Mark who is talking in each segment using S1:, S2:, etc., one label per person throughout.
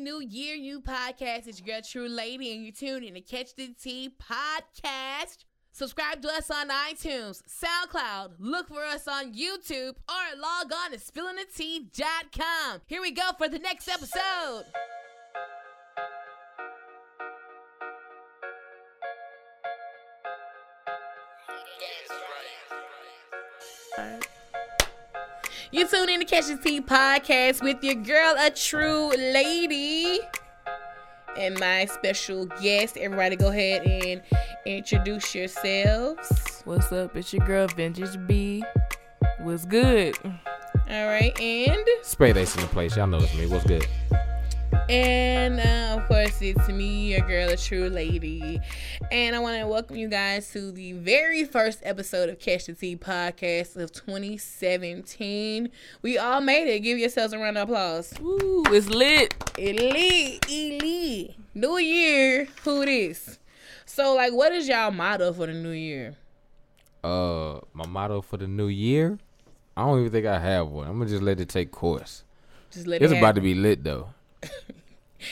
S1: new year, new podcast. It's your girl, True Lady, and you tune in to Catch the Tea podcast. Subscribe to us on iTunes, SoundCloud, look for us on YouTube, or log on to spillingthetea.com. Here we go for the next episode. You tune in to Catch the Tea podcast with your girl, a true lady, and my special guest. Everybody, go ahead and introduce yourselves.
S2: What's up? It's your girl Vintage B. What's good?
S1: All right, and
S3: Spray bass in the place. Y'all know it's me. What's good?
S1: and uh, of course it's me, your girl, a true lady, and I want to welcome you guys to the very first episode of Catch the Tea podcast of 2017. We all made it. Give yourselves a round of applause.
S2: Woo, it's lit.
S1: Elite, elite. New year, who this? So, like, what is y'all motto for the new year?
S3: Uh, my motto for the new year. I don't even think I have one. I'm gonna just let it take course.
S1: Just let
S3: It's
S1: it
S3: about to be lit though.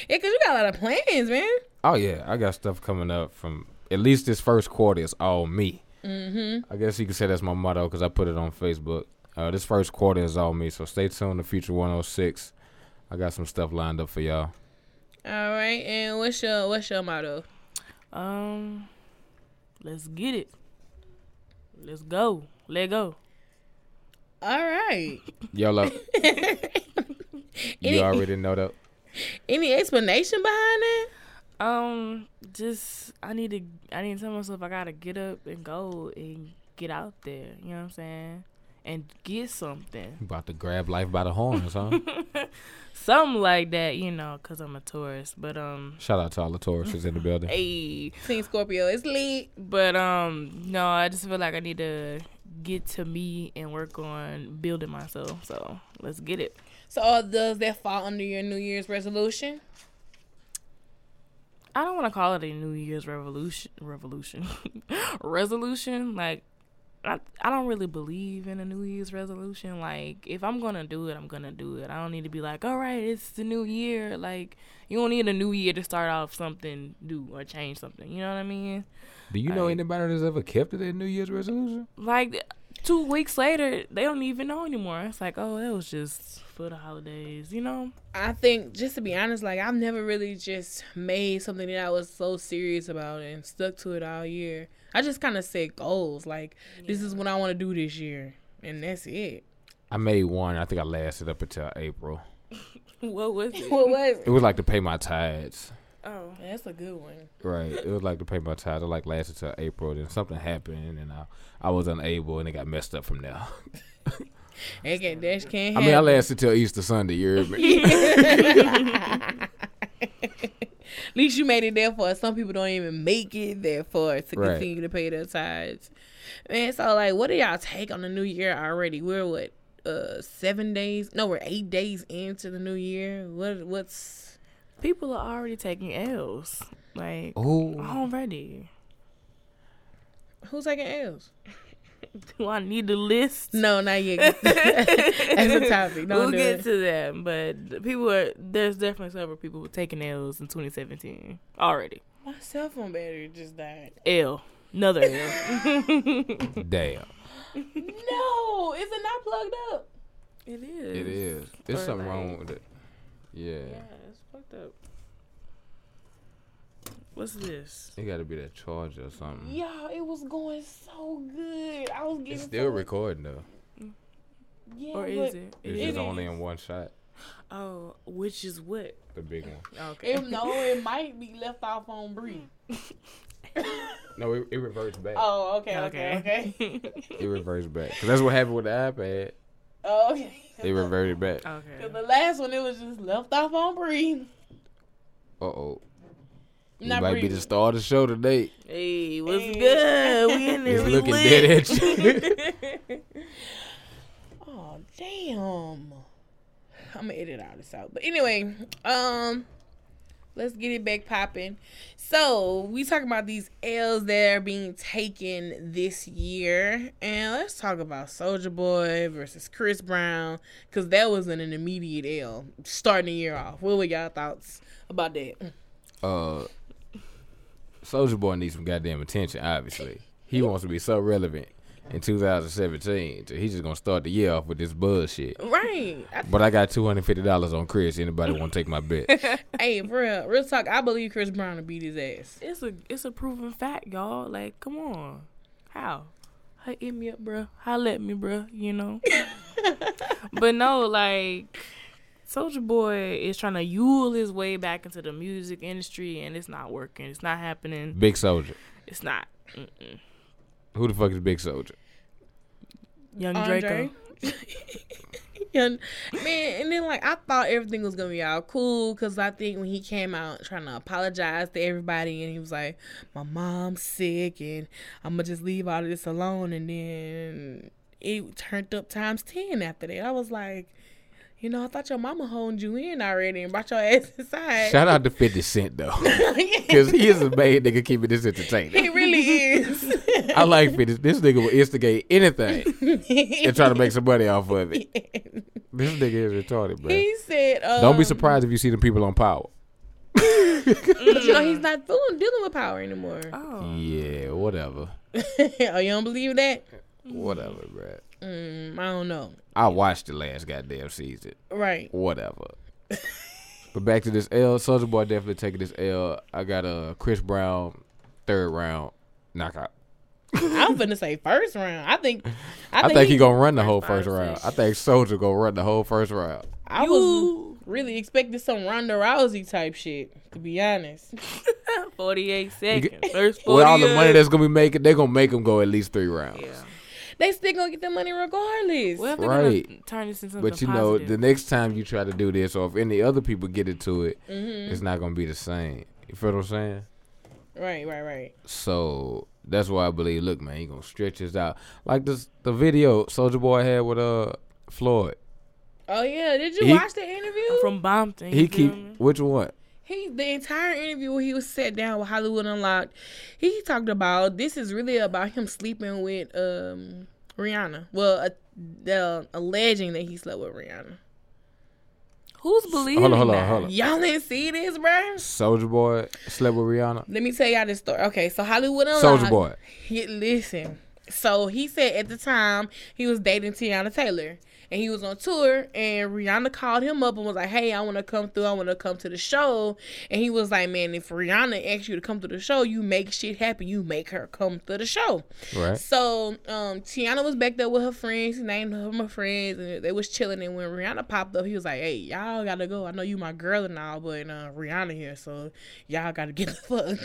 S1: Yeah, cause you got a lot of plans, man.
S3: Oh yeah, I got stuff coming up from at least this first quarter is all me. Mm-hmm. I guess you could say that's my motto because I put it on Facebook. Uh, this first quarter is all me, so stay tuned to Future 106. I got some stuff lined up for y'all.
S1: All right, and what's your what's your motto?
S2: Um, let's get it. Let's go. Let go.
S1: All right.
S3: YOLO. you
S1: Any-
S3: already know that.
S1: Any explanation behind that?
S2: Um, just I need to. I need to tell myself I gotta get up and go and get out there. You know what I'm saying? And get something,
S3: You about to grab life by the horns, huh?
S2: something like that. You know, cause I'm a tourist. But um,
S3: Shout out to all the tourists in the building.
S2: hey.
S1: Team Scorpio is lit.
S2: But um, no, I just feel like I need to get to me and work on building myself. So let's get it.
S1: So uh, does that fall under your New Year's resolution?
S2: I don't want to call it a New Year's revolution, revolution, resolution. Like, I I don't really believe in a New Year's resolution. Like, if I'm gonna do it, I'm gonna do it. I don't need to be like, all right, it's the new year. Like, you don't need a new year to start off something new or change something. You know what I mean?
S3: Do you know
S2: I-
S3: anybody that's ever kept it in New Year's resolution?
S2: Like, two weeks later, they don't even know anymore. It's like, oh, that was just for the holidays. You know?
S1: I think just to be honest, like I've never really just made something that I was so serious about and stuck to it all year. I just kind of set goals, like this is what I want to do this year, and that's it.
S3: I made one. I think I lasted up until April.
S2: What was it?
S1: What was
S3: It was like to pay my tithes.
S2: oh,
S1: That's a good one.
S3: Right. It was like to pay my tithes. It like lasted till April. Then something happened, and I, I was unable, and it got messed up from there.
S1: Okay, Dash can't.
S3: I mean, I
S1: have it.
S3: lasted till Easter Sunday. You heard me?
S1: At least you made it there for us. Some people don't even make it there for us to
S3: Right.
S1: continue to pay their tithes. Man, so like, what do y'all take on the new year already? We're what, uh, seven days? No, we're eight days into the new year. What? What's
S2: people are already taking L's. Like,
S3: Ooh.
S2: already.
S1: who's taking L's?
S2: Do I need the list?
S1: No, not yet. That's a topic. Don't
S2: we'll
S1: do
S2: get
S1: it.
S2: to that, but the people are there's definitely several people taking L's in 2017 already.
S1: My cell phone battery just died.
S2: L, another L.
S3: Damn.
S1: No, is it not plugged up?
S2: it is.
S3: It is. There's
S2: Or
S3: something wrong
S2: like-
S3: with it. Yeah.
S2: Yeah, it's fucked up. What's this?
S3: It got to be that charger or something.
S1: Yeah, it was going so good. I was getting
S3: It's still
S1: so-
S3: recording though.
S1: Yeah,
S2: Or is
S1: but-
S2: it?
S3: It's
S1: It
S3: just only
S1: is.
S3: in one shot.
S2: Oh, which is what?
S3: The big one.
S2: Okay.
S1: It, no, it might be left off on Bree.
S3: No, it, it reverts back.
S1: Oh, okay, okay, okay.
S3: It reverts back. 'Cause that's what happened with the iPad.
S1: Oh, okay.
S3: It reverted back.
S1: Cause
S2: okay.
S1: the last one, it was just left off on Bree.
S3: Uh oh. You
S1: Not
S3: might
S1: Bree.
S3: be the star of the show today.
S2: Hey, what's
S1: Hey.
S2: good? We in there.
S3: It's
S2: we
S3: looking
S2: lit.
S3: dead at you.
S1: Oh, damn. I'm gonna edit all this out. But anyway, um, Let's get it back popping. So we talking about these L's that are being taken this year, and let's talk about Soldier Boy versus Chris Brown because that wasn't an immediate L starting the year off. What were y'all thoughts about that?
S3: Uh, Soldier Boy needs some goddamn attention. Obviously, he wants to be so relevant in 2017. So he's just gonna start the year off with this bullshit.
S1: Right. I,
S3: But I got two hundred fifty dollars on Chris. Anybody want to take my bet?
S1: hey, for real, real talk. I believe Chris Brown to beat his ass.
S2: It's a it's a proven fact, y'all. Like, come on, how? How hit me up, bruh. Holla at me, bruh. You know. but no, like Soldier Boy is trying to yule his way back into the music industry, and it's not working. It's not happening.
S3: Big Soldier.
S2: It's not. Mm-mm.
S3: Who the fuck is Big Soldier?
S2: Young
S1: Andre.
S2: Draco.
S1: And man, and then like I thought everything was gonna be all cool because I think when he came out trying to apologize to everybody and he was like, "My mom's sick and I'm gonna just leave all of this alone," and then it turned up times ten after that. I was like, you know, I thought your mama honed you in already and brought your ass inside.
S3: Shout out to Fifty Cent though, because he is the main nigga keeping this entertaining.
S1: he really is.
S3: I like Fifty. This nigga will instigate anything and try to make some money off of it. This nigga is retarded, bro.
S1: he said, um,
S3: Don't be surprised if you see the people on Power.
S1: But you know, he's not feeling dealing with power anymore.
S3: Mm.
S2: Oh,
S3: Yeah, whatever,
S1: oh, you don't believe that?
S3: whatever, bro.
S1: Mm, I don't know.
S3: I watched the last goddamn season.
S1: Right.
S3: whatever. but back to this L, Soldier Boy definitely taking this L. I got a uh, Chris Brown third round knockout.
S1: I'm finna say first round. I think. I,
S3: I
S1: think, he.
S3: gonna run the whole
S2: five,
S3: first round.
S2: six.
S3: I think Soldier gonna run the whole first round.
S1: I was
S2: You-
S1: really expecting some Ronda Rousey type shit. To be honest,
S2: forty-eight seconds. First forty.
S3: With all the money that's gonna be making, they gonna make him go at least three rounds.
S2: Yeah.
S1: they still gonna get the money regardless.
S2: Well, if they're gonna
S3: Right.
S2: turn this into
S3: But
S2: something
S3: you know,
S2: positive.
S3: the next time you try to do this, or if any other people get into it,
S1: Mm-hmm.
S3: it's not gonna be the same. You feel what I'm saying?
S1: right, right, right.
S3: So that's why I believe. Look, man, he gonna stretch this out. Like this, the video Soldier Boy had with uh Floyd.
S1: Oh yeah, did you
S3: He-
S1: watch the interview?
S2: from Bompton.
S3: He
S2: you feel
S3: keep
S2: me?
S3: which one?
S1: He the entire interview where he was sat down with Hollywood Unlocked. He talked about this is really about him sleeping with um Rihanna. Well, uh, uh, alleging that he slept with Rihanna.
S2: Who's believing?
S3: Hold on, hold on,
S2: that?
S3: hold on.
S1: Y'all didn't see this, bruh?
S3: Soldier Boy slept with Rihanna.
S1: Let me tell y'all this story. Okay, so Hollywood Unlocked.
S3: Soldier Boy.
S1: He, listen. So he said at the time he was dating Tiana Taylor and he was on tour and Rihanna called him up and was like, "Hey, I want to come through. I want to come to the show." And he was like, "Man, if Rihanna asks you to come to the show, you make shit happen. You make her come to the show."
S3: Right.
S1: So um, Tiana was back there with her friends. She named them her friends, and they was chilling. And when Rihanna popped up, he was like, "Hey, y'all gotta go. I know you my girl and all, but uh, Rihanna here, so y'all gotta get the fuck."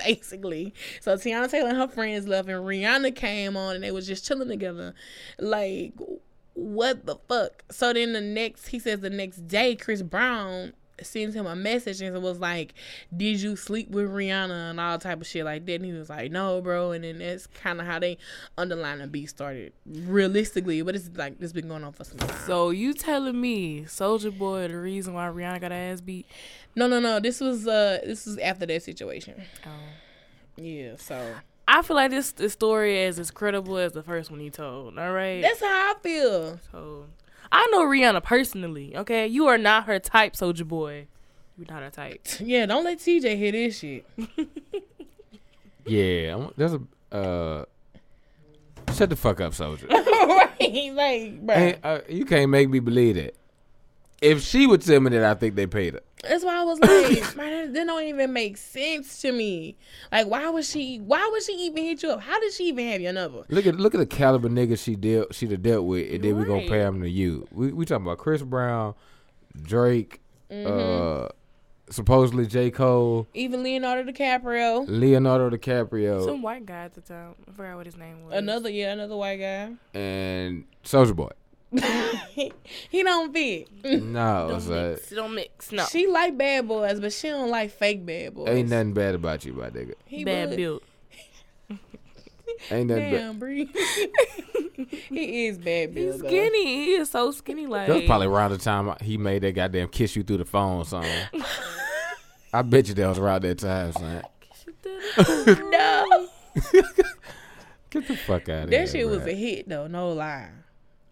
S1: Basically, so Tiana Taylor and her friends left, and Rihanna came on, and they was just chilling together. Like, what the fuck? So then the next, he says the next day, Chris Brown sends him a message and was like, "Did you sleep with Rihanna and all type of shit like that?" And he was like, "No, bro." And then that's kind of how they underline and beat started realistically, but it's like it's been going on for some time.
S2: So you telling me Soldier Boy the reason why Rihanna got her ass beat?
S1: No, no, no. This was uh, this was after that situation.
S2: Oh.
S1: Yeah, so
S2: I feel like this the story is as credible as the first one you told. All right.
S1: that's how I feel.
S2: so I know Rihanna personally. Okay, you are not her type, Soldier Boy. You're not her type.
S1: Yeah, don't let TJ hear this shit.
S3: Yeah. I'm- There's a. Uh, shut the fuck up, Soldier.
S1: right, like, bro.
S3: Ain't- uh, you can't make me believe that. If she would tell me that, I think they paid her.
S1: That's why I was like, man, that don't even make sense to me. Like, why was she? Why would she even hit you up? How did she even have your number?
S3: Look at look at the caliber nigga she dealt she done dealt with, and then we gonna
S2: Right.
S3: pay him to you. We we talking about Chris Brown, Drake, uh, supposedly J Cole,
S1: Even Leonardo DiCaprio,
S3: Leonardo DiCaprio,
S2: Some white guy at the time. I forgot what his name was.
S1: another yeah, another white guy.
S3: and Soldier Boy.
S1: he don't fit.
S3: no,
S2: Don't
S3: son.
S2: mix. Don't mix. No.
S1: She like bad boys, but she don't like fake bad boys.
S3: ain't nothing bad about you, my nigga.
S1: He
S2: Bad
S1: would-
S2: built.
S3: Ain't nothing bad.
S1: Damn, Bree. he is bad built.
S2: He's
S1: though.
S2: skinny. He is so skinny. Like
S3: That was probably around the time he made that goddamn kiss you through the phone song. I bet you that was around that time, son.
S1: No.
S3: Get the fuck out of here.
S1: Their shit was
S3: bruh.
S1: a hit though, no lie.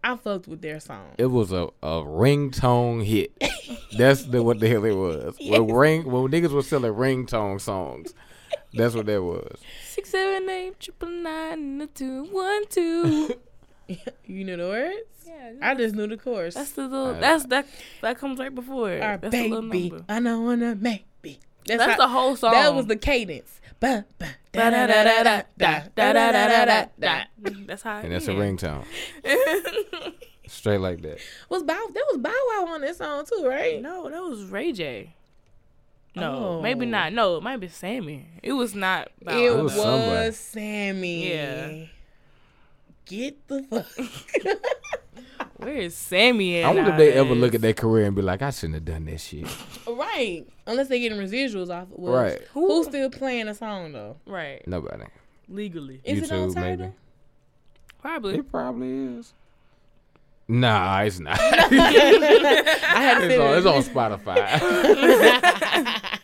S1: I fucked with their song.
S3: It was a, a ringtone hit. that's the, what the hell it was. When ring when niggas was selling ringtone songs, that's what that was.
S2: Six, seven, eight, triple nine, and a two, one, two.
S1: You know the words?
S2: yeah,
S1: I just knew the chorus.
S2: that's the little. That's that. That comes right before. it.
S1: Our
S2: that's the little
S1: baby,
S2: number.
S1: I don't wanna make me.
S2: That's
S1: how-
S2: the whole song.
S1: That was the cadence. Ba, ba, da, da, da, da, da, da, da, da, da, da, da.
S2: Mm, That's how.
S3: And that's a ringtone. Straight like that.
S1: Was Bow? That was Bow Wow on that song too, right?
S2: No, that was Ray J. No,
S1: Oh.
S2: maybe not. No, it might be Sammy. It was not. Bow
S1: it
S2: Wow.
S1: was,
S3: was somebody.
S1: Sammy.
S2: Yeah.
S1: Get the fuck.
S2: Where is Sammy at?
S3: I wonder if they ever
S2: nowadays?
S3: look at their career and be like, I shouldn't have done that shit.
S1: right. Unless they getting residuals off. Of Whoops.
S3: Right.
S1: Who's still playing a song though?
S2: right
S3: Nobody.
S2: legally.
S1: Is it on
S3: YouTube, maybe.
S1: title?
S2: Probably.
S3: It probably is. Nah, it's not.
S1: I had to
S3: it's,
S1: say that.
S3: on, it's on Spotify.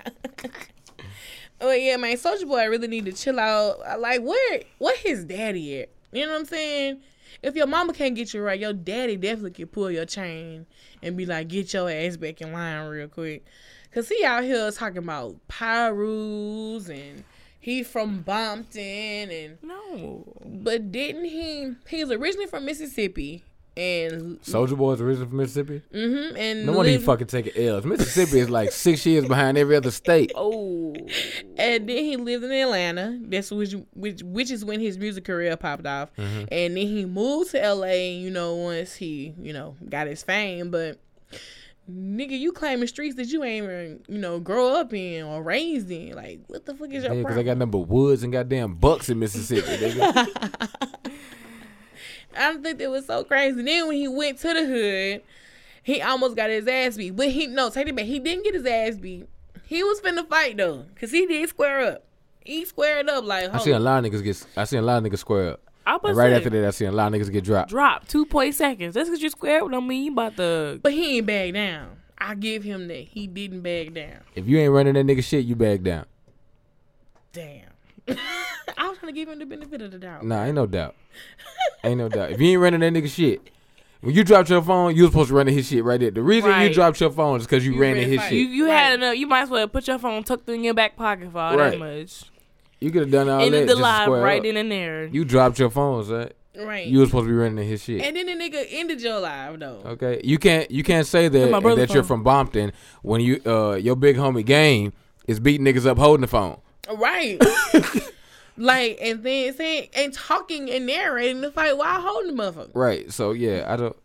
S1: Oh yeah, man, Soldier Boy really need to chill out. I Like, where, what his daddy at? You know what I'm saying? If your mama can't get you right, your daddy definitely can pull your chain and be like, "Get your ass back in line real quick," cause he out here talking about Pyrus and he from Bompton and
S2: No.
S1: but didn't he? He's originally from Mississippi and
S3: Soldier Boy's originally from Mississippi.
S1: hmm and
S3: No wonder he
S1: lived-
S3: fucking taking L's. Mississippi is like six years behind every other state.
S2: Oh.
S1: And then he lived in Atlanta. That's which which which is when his music career popped off. And then he moved to LA, you know, once he, you know, got his fame. But nigga, you claiming streets that you ain't even, you know, grow up in or raised in. Like, what the fuck is your
S3: Yeah, because I
S1: problem?
S3: got number woods and goddamn bucks in Mississippi. Nigga.
S1: I don't think that was so crazy. Then when he went to the hood, he almost got his ass beat. But he no, take it back. He didn't get his ass beat. He was finna fight though, cause he did square up. He squared up like.
S3: I
S1: hold
S3: seen a lot of niggas get. I seen a lot of niggas square up.
S2: I was
S3: And right
S2: say,
S3: after that, I seen a lot of niggas get dropped.
S2: drop two point seconds. That's because you square up. I mean, you about to.
S1: But he ain't back down. I give him that. He didn't back down.
S3: If you ain't running that nigga shit, you back down.
S1: Damn. I was trying to give him the benefit of the doubt.
S3: Nah, ain't no doubt. ain't no doubt. If you ain't running that nigga shit, when you dropped your phone, you was supposed to run to his shit right there. The reason
S2: Right.
S3: you dropped your phone is because you,
S1: You
S3: ran
S1: ran
S3: to his
S1: fight.
S2: You
S3: shit.
S2: you
S1: Right.
S2: had enough. You might as well put your phone tucked in your back pocket for all
S3: Right.
S2: that much.
S3: You could have done all that
S2: Ended the
S3: just to
S2: live
S3: square
S2: right
S3: up.
S2: then and there.
S3: You dropped your phone, son.
S1: Right.
S3: You was supposed to be running to his shit.
S1: and then the nigga ended your life though.
S3: Okay, you can't you can't say that
S2: my
S3: and
S2: brother's
S3: that you're from
S2: phone.
S3: Bompton when you uh your big homie game is beating niggas up holding the phone.
S1: Right. like and then saying and talking and narrating the fight while holding the motherfucker.
S3: Right. So yeah, I don't.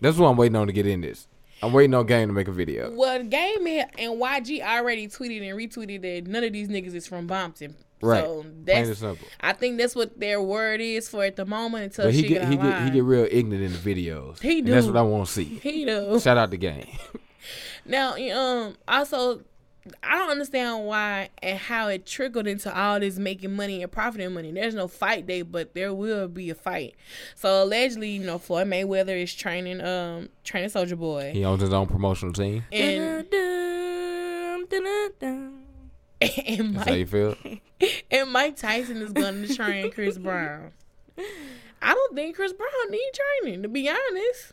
S3: That's what I'm waiting on to get in this. I'm waiting on game to make a video.
S1: Well, Game had- and YG already tweeted and retweeted that none of these niggas is from Bompton.
S3: Right.
S1: So
S3: Plain and
S1: that's.
S3: simple.
S1: I think that's what their word is for at the moment until
S3: But he
S1: Oh, she
S3: get
S1: get
S3: he get he
S1: online.
S3: get real ignorant in the videos.
S1: He
S3: And that's
S1: do.
S3: what I want to see.
S1: He do.
S3: Shout out the game.
S1: Now, um, also, I don't understand why and how it trickled into all this making money and profiting money. There's no fight day, but there will be a fight. So allegedly, you know, Floyd Mayweather is training, um, training Soldier Boy,
S3: He owns his own promotional team.
S1: and
S2: Dun-dun, dun-dun-dun.
S1: and
S3: That's how you
S1: Mike
S3: feel.
S1: and Mike Tyson is going to train Chris Brown. I don't think Chris Brown need training, to be honest.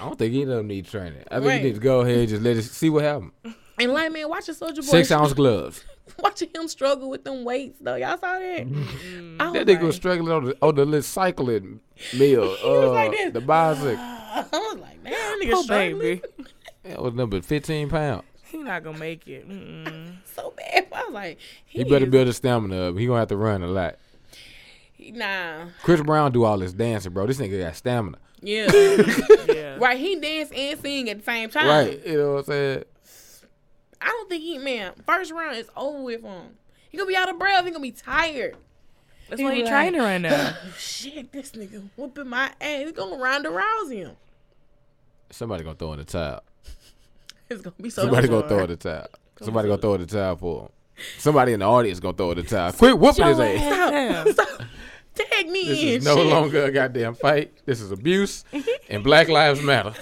S3: I don't think he don't need training. I think
S1: Right.
S3: he needs to go ahead and just let it see what happens.
S1: And like, man, watch a Soldier Boy,
S3: Six ounce gloves.
S1: watching him struggle with them weights though. Y'all saw that? I
S3: Mm-hmm. That
S1: was
S3: nigga
S1: like-
S3: was struggling on the on the little cycling meal. uh,
S1: like this.
S3: the bicycle.
S1: I was like, man, that nigga
S2: Oh,
S1: struggling
S2: baby.
S3: That was number 15 pounds.
S2: He not gonna make it. Mm-mm.
S1: so bad. I was like, he,
S3: He, better
S1: is-
S3: build his stamina up. He gonna have to run a lot.
S1: he- Nah,
S3: Chris Brown do all this dancing, bro. This nigga got stamina.
S1: yeah,
S2: Yeah.
S1: right. He danced and sing at the same time.
S3: Right. You know what I'm saying?
S1: I don't think he man. First round is over with for him. He gonna be out of breath. He gonna be tired.
S2: That's why
S1: He
S2: he
S1: like-
S2: training right now.
S1: Shit, this nigga whooping my ass. He's gonna Ronda Rousey him.
S3: Somebody gonna throw in the towel.
S1: It's gonna be so.
S3: Somebody gonna
S1: hard.
S3: throw in the towel. Somebody gonna throw in the towel for him. Somebody in the audience gonna throw in the towel. Quit whooping his ass.
S2: Damn.
S1: Stop. Tag me
S3: This
S1: in.
S3: is no
S1: shit.
S3: longer a goddamn fight. This is abuse and Black Lives Matter.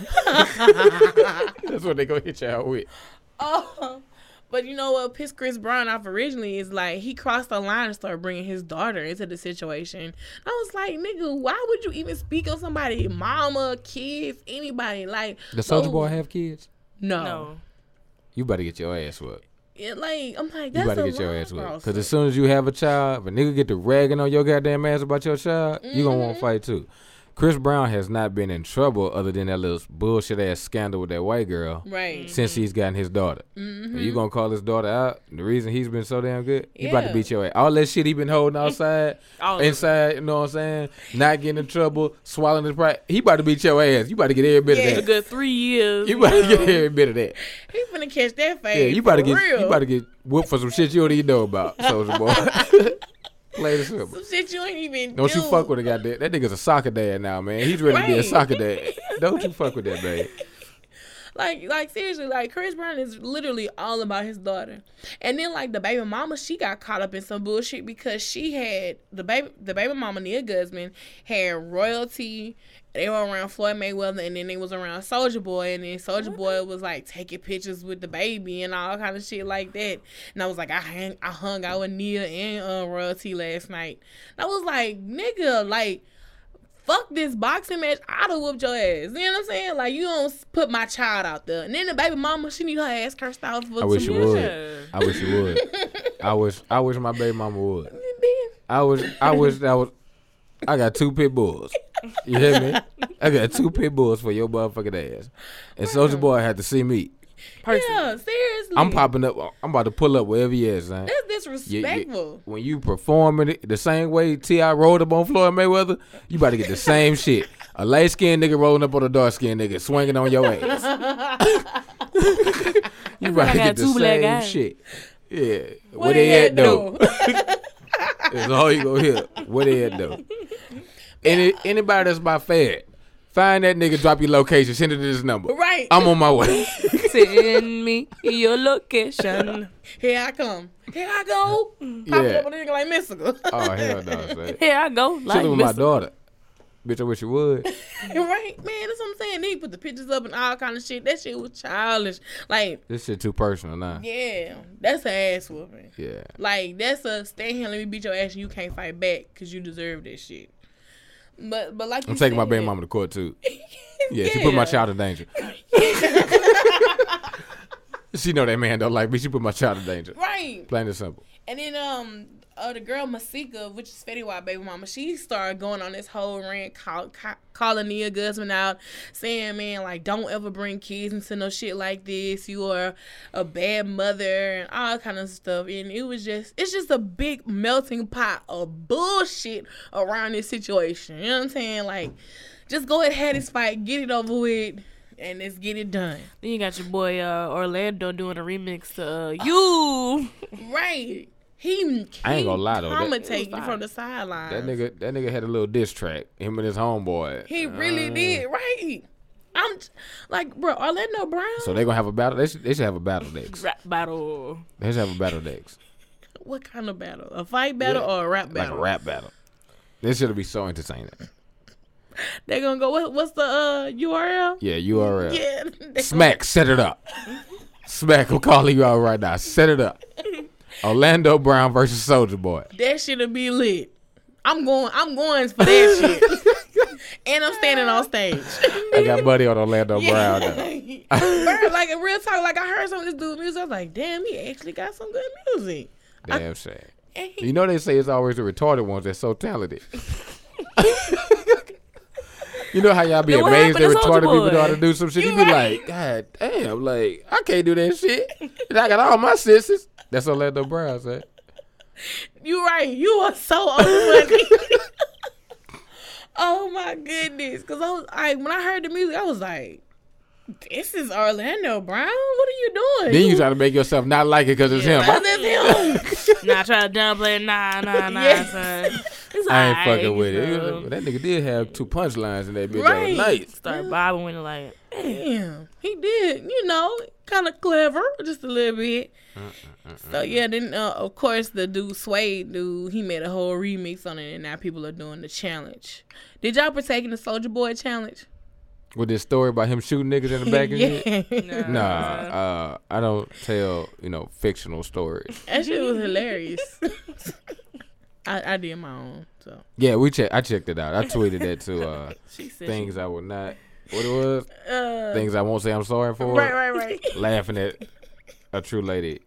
S3: That's what they gonna hit y'all with.
S1: Oh, But you know what pissed Chris Brown off originally is like he crossed the line and started bringing his daughter into the situation. I was like, nigga, why would you even speak on somebody, mama, kids, anybody? Like,
S3: The Soldier
S1: those-
S3: Boy have kids?
S1: no,
S2: No.
S3: You better get your ass whooped.
S1: Yeah, like I'm like
S3: You
S1: that's
S3: better
S1: a
S3: get your
S1: line
S3: ass whooped.
S1: crosser.
S3: Because as soon as you have a child, if a nigga get to ragging on your goddamn ass about your child, you gonna want to fight too. Chris Brown has not been in trouble other than that little bullshit ass scandal with that white girl
S1: right.
S3: since he's gotten his daughter. And You gonna call his daughter out? The reason he's been so damn good, he about
S1: Yeah.
S3: to beat your ass. All that shit he been holding outside,
S2: All of it.
S3: inside, you know what I'm saying? Not getting in trouble, swallowing his pride. He about to beat your ass. You about to get every bit
S1: Yeah.
S2: A
S3: of that.
S2: good three years.
S3: You about to get every bit of that.
S1: He finna catch that face.
S3: Yeah, you about to
S1: for
S3: get
S1: real.
S3: you about to get whooped for some shit you don't even know about, Soldier Boy. Play this up.
S1: some shit you ain't even.
S3: Don't
S1: do.
S3: you fuck with a goddamn that nigga's a soccer dad now, man. He's ready to be a
S1: Right.
S3: soccer dad. Don't you fuck with that man.
S1: Like, like seriously, like Chris Brown is literally all about his daughter. And then like the baby mama, she got caught up in some bullshit because she had the baby, the baby mama Nia Guzman had royalty. They were around Floyd Mayweather, and then they was around Soldier Boy, and then Soldier Boy was like taking pictures with the baby and all kind of shit like that. And I was like, I hang, I hung out with Nia and uh, royalty last night. And I was like, nigga, like fuck this boxing match, I'da whooped your ass. You know what I'm saying? Like you don't s- put my child out there. And then the baby mama, she need her ass cursed out for
S3: I wish
S1: some
S3: you would.
S2: Yeah.
S3: I wish you would. I wish I wish my baby mama would.
S1: And then-
S3: I wish I wish that was I got two pit bulls. You hear me? I got two pit bulls for your motherfucking ass. And Soldier Boy had to see me.
S2: Personally.
S1: Yeah, seriously.
S3: I'm popping up I'm about to pull up wherever you is, man.
S1: That's
S3: Yeah, yeah.
S1: disrespectful.
S3: When you performing it the same way T.I. rolled up on Floyd Mayweather, you about to get the same shit. A light skinned nigga rolling up on a dark skinned nigga, swinging on your ass. you
S2: I
S3: about to
S2: got
S3: get the
S2: two black
S3: same
S2: eyes.
S3: shit. Yeah.
S1: What
S3: Where
S1: they
S3: they at
S1: at,
S3: though? That's all you gonna hear. Where they at though? Any, anybody that's my fed, find that nigga, drop your location, send it to this number.
S1: Right.
S3: I'm on my way.
S2: Send me your location.
S1: Here I come. Here I go. Popping
S3: Yeah.
S1: up on a nigga like mystical.
S3: oh hell no, son.
S2: Here I go.
S3: Should
S2: Like
S3: with my
S2: Mr.
S3: daughter. Bitch, I wish you would.
S1: right, man. That's what I'm saying. Then you put the pictures up and all kind of shit. That shit was childish. Like,
S3: This shit too personal, nah.
S1: yeah, that's an ass whooping.
S3: Yeah.
S1: Like that's a stand here, let me beat your ass, and you can't fight back because you deserve that shit. But but like
S3: I'm
S1: you
S3: taking my
S1: said-
S3: baby mama to court too. Yeah, she put my
S1: Yeah.
S3: child in danger. she know that man don't like me. She put my child in danger.
S1: right,
S3: Plain and simple.
S1: and then um uh, the girl Masika, which is Fetty Wap baby mama, she started going on this whole rant, call, ca- calling Nia Guzman out, saying man like don't ever bring kids into no shit like this. You are a bad mother and all kind of stuff. And it was just it's just a big melting pot of bullshit around this situation. You know what I'm saying? Like just go ahead, have this fight, get it over with, and let's get it done.
S2: Then you got your boy uh, Orlando doing a remix to uh, You.
S1: Right. He,
S3: I ain't gonna lie, though, that-
S1: commentating
S2: It was
S1: from
S2: fire.
S1: the sideline.
S3: That nigga that nigga had a little diss track. Him and his homeboy.
S1: He really did, right? I'm t- like, bro, Orlando Brown.
S3: So they gonna have a battle. They should, they should have a battle next.
S2: Rap battle.
S3: They should have a battle next,
S1: what kind of battle? A fight battle
S3: Yeah.
S1: or a rap
S3: like
S1: battle?
S3: a rap battle. This should be so entertaining.
S1: They're gonna go. What, what's the uh, URL?
S3: Yeah, URL.
S1: Yeah, they-
S3: Smack, set it up. Smack, I'm calling you out right now. Set it up. Orlando Brown versus Soldier Boy.
S1: that shit'll be lit. I'm going. I'm going for that shit. and I'm standing on stage.
S3: I got buddy on Orlando Brown. Though.
S1: Bro, like in real talk, like I heard some of this dude music. I was like, damn, he actually got some good music.
S3: Damn shame.
S1: And he-
S3: You know they say it's always the retarded ones that's so talented. you know how y'all be
S2: Then what
S3: amazed that
S2: happened to
S3: retarded
S2: Soulja
S3: people know how
S2: Boy?
S3: to do some shit. You,
S1: You
S3: be
S1: right.
S3: like, God damn, like I can't do that shit. And I got all my sisters. That's Orlando Brown, son.
S1: You right. You are so on the money. oh my goodness. Cause I was like when I heard the music, I was like, This is Orlando Brown? What are you doing?
S3: Then you try to make yourself not like it because it's him.
S1: That's
S3: I,
S1: just him.
S2: Nah, try to downplay it. Nah, nah, nah,
S1: Yes.
S2: son. It's
S3: I ain't
S2: alright,
S3: fucking
S2: you
S3: with it.
S2: know.
S3: Well, That nigga did have two punchlines in that bitch.
S1: Right.
S3: Right. Nice.
S2: Start bobbing when like,
S1: Damn. He did, you know, kinda clever, just a little bit. So yeah, then uh, of course the dude Suede dude, he made a whole remix on it and now people are doing the challenge. Did y'all partake in the Soldier Boy challenge?
S3: With this story about him shooting niggas in the back of you?
S1: yeah.
S2: Nah.
S3: Nah, uh, I don't tell you know fictional stories.
S1: That shit was hilarious. I, I did my own. So
S3: Yeah, we check. I checked it out. I tweeted that to uh,
S2: She said
S3: things I would not. What it was?
S1: uh,
S3: Things I won't say I'm sorry for.
S1: right, right, right.
S3: Laughing at a true lady.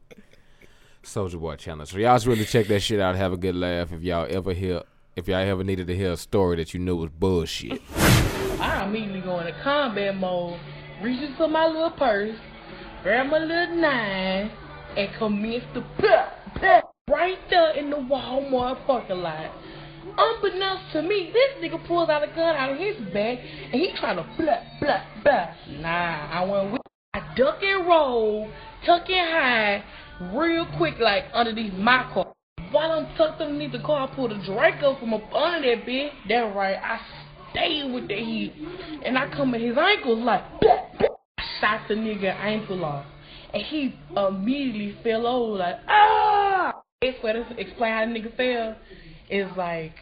S3: Soldier Boy challenge. So y'all should really check that shit out. Have a good laugh. If y'all ever hear, if y'all ever needed to hear a story that you knew was bullshit.
S1: I immediately go into combat mode, reach into my little purse, grab my little nine, and commence to pep, pep, right there in the Walmart parking lot. Unbeknownst to me, this nigga pulls out a gun out of his bag and he trying to blah, blah, blah. Nah, I went with I duck and roll, tuck and hide, real quick, like underneath my car. While I'm tucked underneath the car, I pulled a Draco from up under that bitch. That right, I stayed with the heat. And I come at his ankles like, I shot the nigga ankle off. And he immediately fell over like, ah! It's where to explain how the nigga fell. Is like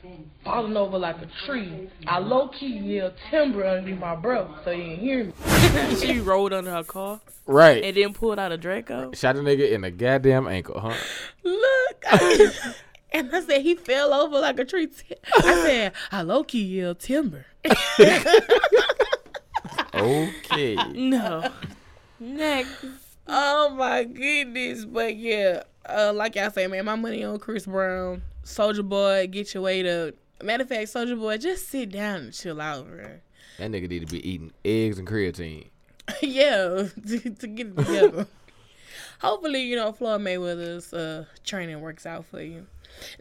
S1: falling over like a tree. I low key yelled timber underneath my breath so he didn't hear me.
S2: she rolled under her car
S3: Right.
S2: and then pulled out a Draco.
S3: Shot a nigga in the goddamn ankle, huh?
S1: look. I- and I said, he fell over like a tree. T- I said, I low key yelled timber.
S3: Okay.
S2: No. Next.
S1: Oh my goodness. But yeah, uh, like I say, man, my money on Chris Brown. Soldier Boy, get your weight up. Matter of fact, Soldier Boy, just sit down and chill out, bro.
S3: That nigga need to be eating eggs and creatine.
S1: yeah, to, to get it together. Hopefully, you know Floyd Mayweather's uh, training works out for you.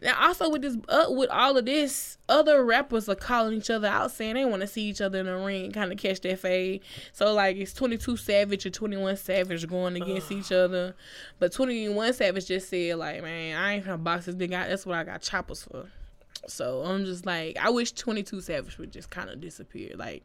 S1: Now, also with this, uh, with all of this, other rappers are calling each other out, saying they want to see each other in the ring, kind of catch their fade. So like, it's Twenty Two Savage and Twenty One Savage going against each other, but Twenty One Savage just said like, man, I ain't gonna box this nigga. out. That's what I got choppers for. So I'm just like, I wish Twenty Two Savage would just kind of disappear. Like,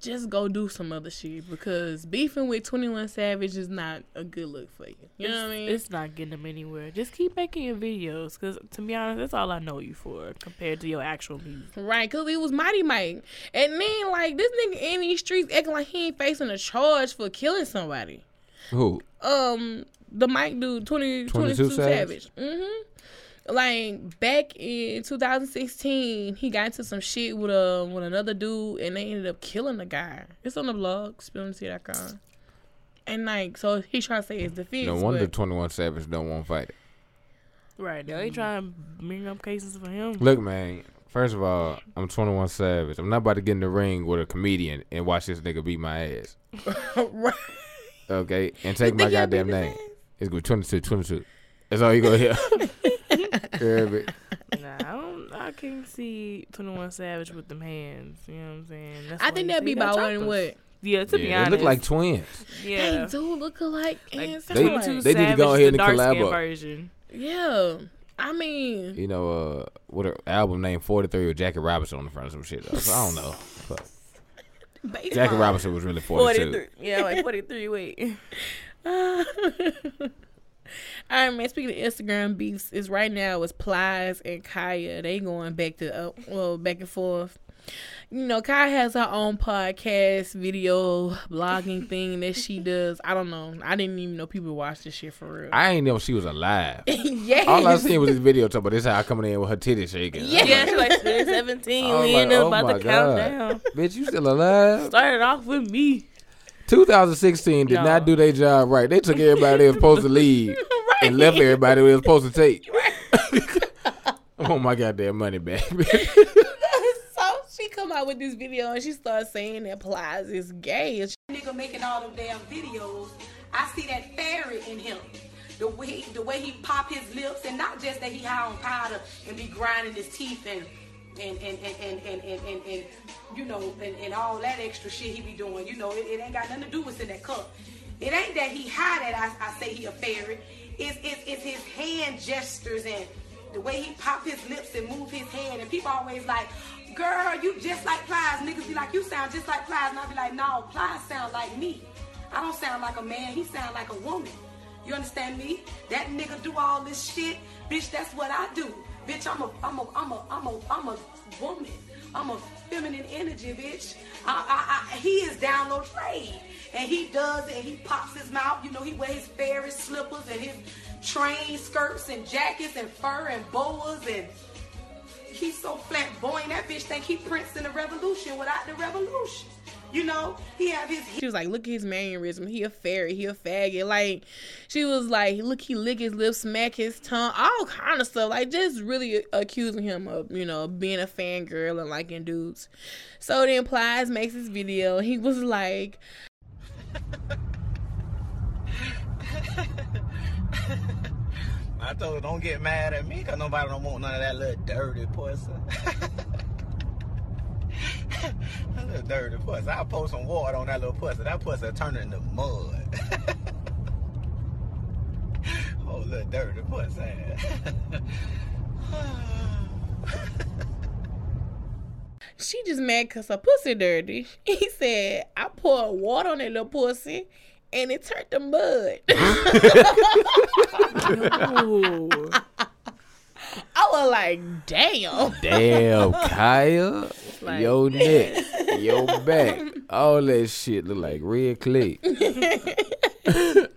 S1: just go do some other shit because beefing with 21 Savage is not a good look for you. You know what I mean?
S2: It's not getting them anywhere. Just keep making your videos, cause to be honest, that's all I know you for compared to your actual music.
S1: Right, cause it was Mighty Mike, and then like this nigga in these streets acting like he ain't facing a charge for killing somebody.
S3: Who?
S1: Um, the Mike dude, 20,
S3: 22
S1: 22
S3: Savage?
S1: Savage. Mm-hmm. Like back in 2016, he got into some shit with um with another dude, and they ended up killing the guy. It's on the blog, spillingtea.com. And like, so he trying to say his defense.
S3: No wonder
S1: but-
S3: 21 Savage don't want to fight it.
S2: Right. They trying to bring up cases for him.
S3: Look, man. First of all, I'm 21 Savage. I'm not about to get in the ring with a comedian and watch this nigga beat my ass.
S1: right.
S3: Okay? And take
S1: You think
S3: my
S1: he'll beat
S3: goddamn
S1: his
S3: name. It's going to be 22, 22. That's all you going to hear. You hear me?
S2: Nah, I don't. I can't see Twenty One Savage with them hands. You know what I'm saying? That's
S1: I
S2: why
S1: think
S2: you
S1: that'd
S2: see
S1: be about
S2: that
S1: one
S2: choppers.
S1: what.
S2: Yeah, to be
S3: Yeah,
S2: honest,
S3: they look like twins.
S2: yeah.
S1: They do look alike.
S2: Like,
S1: and
S3: they-
S1: sound
S3: too.
S1: alike.
S3: they need to go
S2: Savage,
S3: ahead
S2: the
S3: and collab
S2: dark-skinned
S3: up.
S2: version.
S1: Yeah. I mean,
S3: You know, uh, what an album named 43 with Jackie Robinson on the front of some shit. So I don't know. But Jackie Robinson was really 42.
S2: Yeah, like forty three. Wait.
S1: All right, man. Speaking of Instagram beefs, is right now it's Plies and Kaya. They going back to uh, well back and forth. You know, Kaya has her own podcast, video blogging thing that she does. I don't know. I didn't even know people watch this shit for real.
S3: I ain't know she was alive.
S1: yes.
S3: All I seen was this video talking about this how I coming in with her titties shaking.
S1: Yeah.
S2: Yeah, she like seventeen.
S3: I was
S2: we
S3: like,
S2: ended up
S3: oh
S2: about
S3: my
S2: to count
S3: God.
S2: down.
S3: Bitch, you still alive?
S2: Started off with me.
S3: 2016 did
S2: No.
S3: not do their job right. They took everybody they was supposed to leave and left everybody they was supposed to take. I want my goddamn money back.
S1: so she come out with this video and she starts saying that Plies is gay. And
S4: nigga making all them damn videos, I see that fairy in him. The way the way he pop his lips, and not just that he high on powder and be grinding his teeth and and and and and and and, and, and, you know and, and all that extra shit he be doing. You know, it, it ain't got nothing to do with what's in that cup. It ain't that he high that I, I say he a fairy. It's, it's it's his hand gestures and the way he pop his lips and move his hand. And people always like, girl, you just like Plies. Niggas be like, you sound just like Plies. And I be like, no, Plies sound like me. I don't sound like a man. He sound like a woman. You understand me? That nigga do all this shit. Bitch, that's what I do. Bitch, I'm a, I'm a, I'm a, I'm a, I'm a woman. I'm a feminine energy, bitch. I, I, I, he is down low trade. And he does it, and he pops his mouth. You know, he wears his fairy slippers and his train skirts and jackets and fur and boas and he's so flamboyant. That bitch think he Prince in the revolution without the revolution. You know, he have his
S1: She was like, look at his mannerism. He a fairy. He a faggot. Like, she was like, look, he lick his lips, smack his tongue, all kind of stuff. Like, just really accusing him of, you know, being a fangirl and liking dudes. So then Plies makes this video. He was like,
S5: I told her don't get mad at me because nobody don't want none of that little dirty pussy. that little dirty pussy. I'll pour some water on that little pussy. That pussy turn into mud. oh, little dirty pussy.
S1: she just mad because her pussy dirty. He said, I poured water on that little pussy and it turned to mud.
S2: Ooh.
S1: I was like, damn.
S3: Damn, Kaya,
S2: like-
S3: your neck, your back, all that shit look like red clay.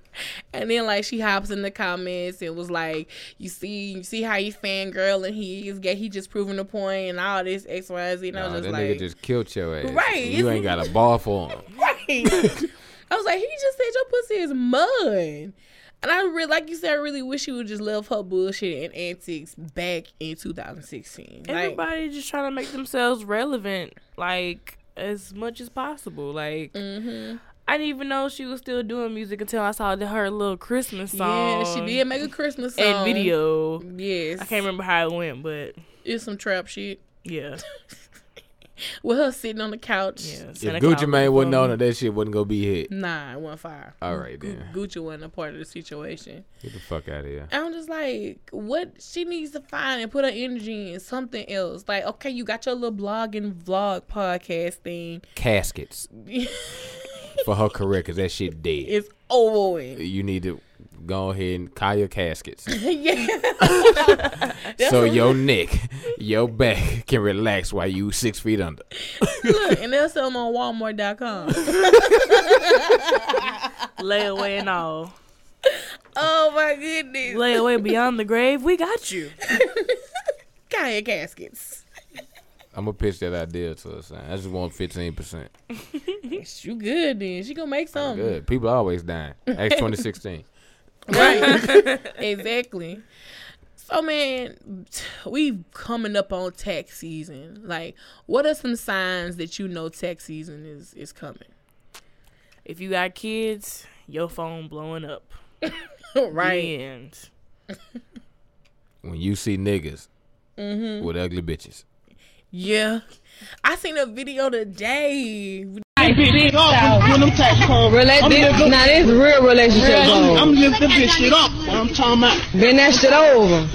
S1: And then like she hops in the comments and was like, "You see, you see how he fangirl and he is gay. He just proving the point and all this X, Y, and Z." And I
S3: Nah,
S1: was
S3: that
S1: just
S3: nigga
S1: like,
S3: just killed your ass.
S1: Right,
S3: You ain't got a ball for him.
S1: right. I was like, "He just said your pussy is mud." And I really, like you said, I really wish you would just love her bullshit and antics back in 2016. Like,
S2: Everybody just trying to make themselves relevant, like as much as possible. Like
S1: mm-hmm.
S2: I didn't even know she was still doing music until I saw the- her little Christmas song.
S1: yeah, she did make a Christmas song
S2: and video.
S1: Yes,
S2: I can't remember how it went, but
S1: It's some trap shit
S2: yeah,
S1: with her sitting on the couch.
S2: yeah.
S3: If
S2: Santa
S3: Gucci
S2: Claus
S3: Mane wasn't
S2: from-
S3: on it, that shit wasn't gonna be hit.
S1: Nah, it went fire.
S3: All right
S1: Gu-
S3: then,
S1: Gucci wasn't a part of the situation.
S3: get the fuck out of here.
S1: I'm just like, what she needs to find and put her energy in something else. Like, okay, you got your little blog and vlog podcast thing.
S3: Caskets for her career, cause that shit dead.
S1: it's over with.
S3: You need to go ahead and Kaya caskets,
S1: yeah.
S3: so your neck, your back can relax while you six feet under.
S1: Look, and they'll sell them on Walmart.com.
S2: layaway and all,
S1: oh my goodness.
S2: layaway beyond the grave. We got you.
S1: Kaya caskets.
S3: I'm gonna pitch that idea to her. Son. I just want fifteen percent.
S1: Yes, you good then. She gonna make something.
S3: Good. People always dying. Ask 2016.
S1: Right. exactly. So man, we coming up on tax season. Like, what are some signs that you know tax season is is coming?
S2: If you got kids, your phone blowing up.
S1: right.
S2: The end.
S3: When you see niggas with ugly bitches.
S1: Yeah. I seen a video today.
S6: when them tax codes. I'm just a-
S7: Now this real relationship
S6: I'm,
S7: goals.
S6: I'm just a bitch shit up. What I'm talking about.
S7: Been that shit over.